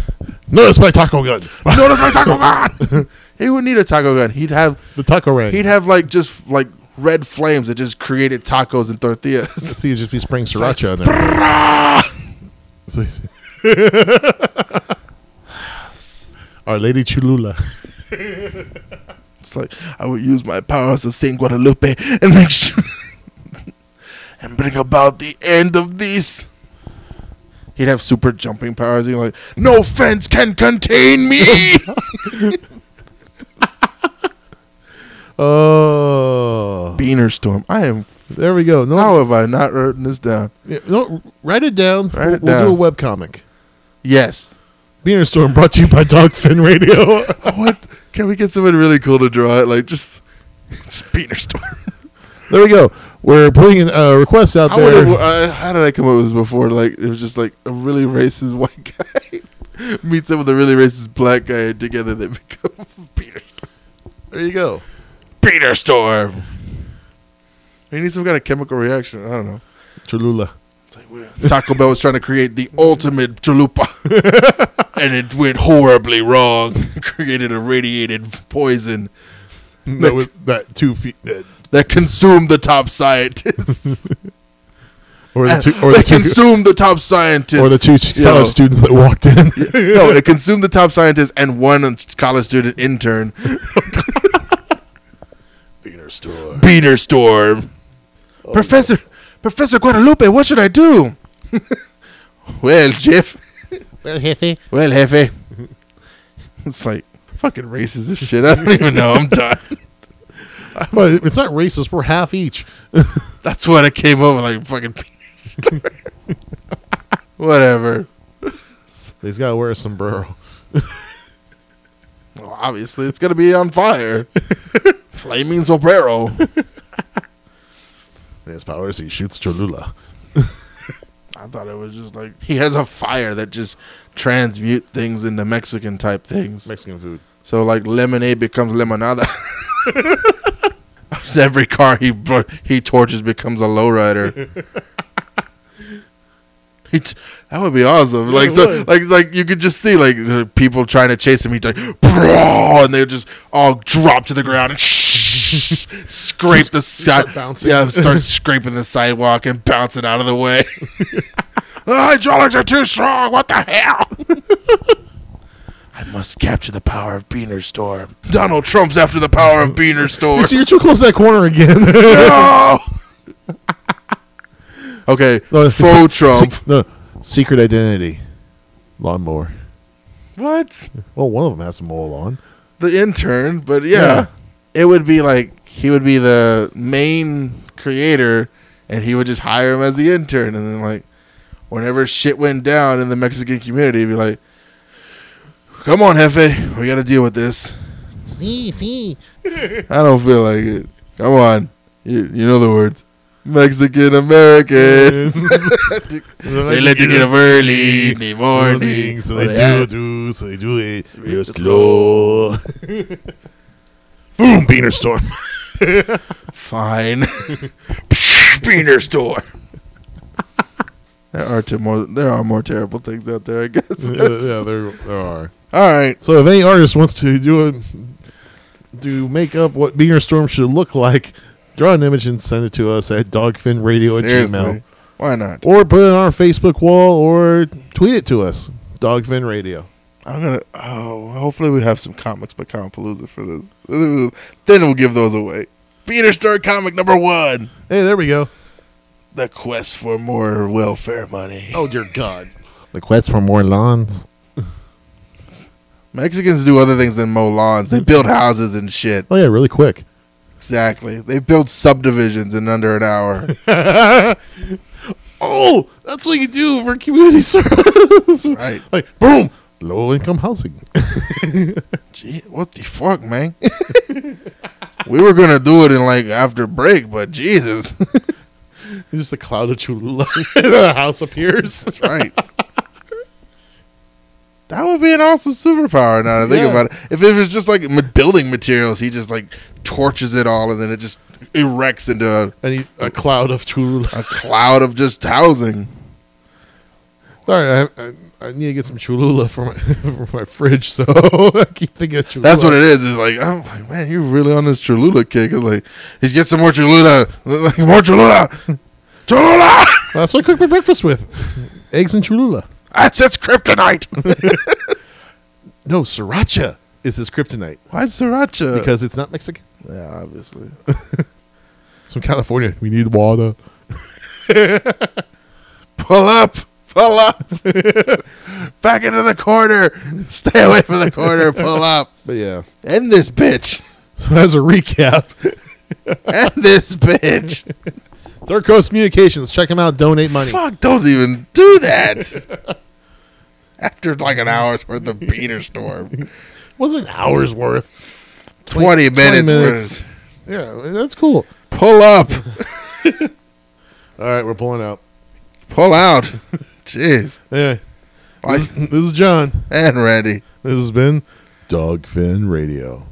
B: Notice my taco gun.
C: Notice my taco gun. he would need a taco gun. He'd have
B: The taco ring.
C: He'd have like just like red flames that just created tacos and tortillas.
B: See, it'd just be spraying sriracha in there. So he's- Our Lady Chulula.
C: It's like I would use my powers of Saint Guadalupe and make sure and bring about the end of this. He'd have super jumping powers. He'd be like, "No fence can contain me."
B: Oh,
C: Beaner storm. I am.
B: there we go. No,
C: How have I not written this down?
B: yeah, no write it down.
C: Write
B: we'll
C: it
B: we'll do a
C: down.
B: web comic.
C: Yes.
B: Beaner Storm brought to you by Dogfin Radio.
C: What? Can we get someone really cool to draw it? Like just, just Beaner storm.
B: there we go. We're putting uh, requests out
C: I
B: there.
C: wonder, wh- uh, how did I come up with this before? Like it was just like a really racist white guy meets up with a really racist black guy, and together they become Peter
B: there you go.
C: Peter Storm. They need some kind of chemical reaction. I don't know.
B: Cholula.
C: It's like we're- Taco Bell was trying to create the ultimate chalupa, and it went horribly wrong. created a radiated poison
B: That was that two feet. Uh,
C: that consumed the top scientists.
B: or the two, or the
C: they
B: two,
C: consumed the top scientists.
B: or the two college
C: Yo.
B: students that walked in.
C: no, it consumed the top scientist and one college student intern.
B: Beaner Storm.
C: Beater storm. Professor, Professor Guadalupe, what should I do? well, Jeff.
B: Well, Hefe.
C: Well, Hefe. it's like fucking racist as shit. I don't even know. I'm done.
B: Well, it's not racist. We're half each.
C: That's what I came over like fucking beater storm. Whatever.
B: He's got to wear a sombrero.
C: Well, obviously, it's gonna be on fire. Flaming sombrero.
B: His powers, he shoots Cholula.
C: I thought it was just like he has a fire that just transmute things into Mexican type things.
B: Mexican food.
C: So like lemonade becomes limonada. Every car he bur- he torches becomes a lowrider. He t- that would be awesome. like
B: it
C: so,
B: would.
C: like like you could just see like the people trying to chase him. He's like, "Bro," and they would just all drop to the ground and scrape the sky.
B: start bouncing.
C: Yeah, start scraping the sidewalk and bouncing out of the way. the hydraulics are too strong. What the hell? I must capture the power of Beaner Storm. Donald Trump's after the power of Beaner Storm.
B: So you're too close to that corner again.
C: No! okay,
B: No,
C: faux
B: se-
C: Trump.
B: se- no, secret identity. Lawnmower.
C: what?
B: Well, one of them has to mow a lawn.
C: The intern, but yeah,
B: Yeah.
C: It would be like he would be the main creator and he would just hire him as the intern. And then, like, whenever shit went down in the Mexican community, he'd be like, come on, Jefe, we gotta deal with this.
B: See, see.
C: I don't feel like it. Come on. You, you know the words. Mexican American. They let you get up early in the morning.
B: so
C: Well,
B: they
C: yeah.
B: do, do, so they do it real slow. Boom, Beaner Storm.
C: Fine. Beaner store. There are two more. There are more terrible things out there, I guess.
B: yeah, yeah, there, there are.
C: All right.
B: So if any artist wants to do a, to make up what Beanger Storm should look like, draw an image and send it to us at dogfinradio
C: Seriously.
B: at gmail.
C: Why not?
B: Or put it on our Facebook wall or tweet it to us. Dogfin Radio.
C: I'm gonna. Oh, hopefully we have some comics by Compalooza for this. Then we'll give those away. Peter Star comic number one:
B: Hey, there we go.
C: The Quest for More Welfare Money.
B: Oh dear God. The quest for more lawns.
C: Mexicans do other things than mow lawns. They build houses and shit.
B: Oh yeah, really quick.
C: Exactly. They build subdivisions in under an hour.
B: Oh, that's what you do for community service.
C: right.
B: Like boom, low income housing.
C: Gee, what the fuck, man? we were gonna do it in like after break, but Jesus.
B: It's just a cloud of Cholula. the house appears.
C: That's right. That would be an awesome superpower now that I think
B: Yeah.
C: about it. If it was just like ma- building materials, he just like torches it all and then it just erects into a,
B: And he, a cloud of Cholula.
C: a cloud of just housing.
B: Sorry, I, I, I need to get some Cholula for my, for my fridge, so I keep thinking of Cholula.
C: That's what it is. It's like, I'm like, man, you're really on this Cholula kick. It's like, he's get some more Cholula. Like, more Cholula. Cholula!
B: That's what I cook my breakfast with. Eggs and Cholula.
C: That's its kryptonite.
B: No, sriracha is his kryptonite
C: Why sriracha?
B: because it's not Mexican.
C: yeah, obviously.
B: It's from California. We need water.
C: Pull up. Pull up. Back into the corner. Stay away from the corner. Pull up.
B: But yeah.
C: End this bitch.
B: So as a recap,
C: End this bitch.
B: Third Coast Communications. Check them out. Donate money.
C: Fuck, don't even do that. After like an hour's worth of Peter Storm.
B: Wasn't hours worth.
C: 20, minutes.
B: minutes.
C: minutes.
B: Yeah, that's cool.
C: Pull up.
B: All right, we're pulling out.
C: Pull out. Jeez.
B: Anyway,
C: Why-
B: this, this is John.
C: And Randy.
B: This has been Dogfin Radio.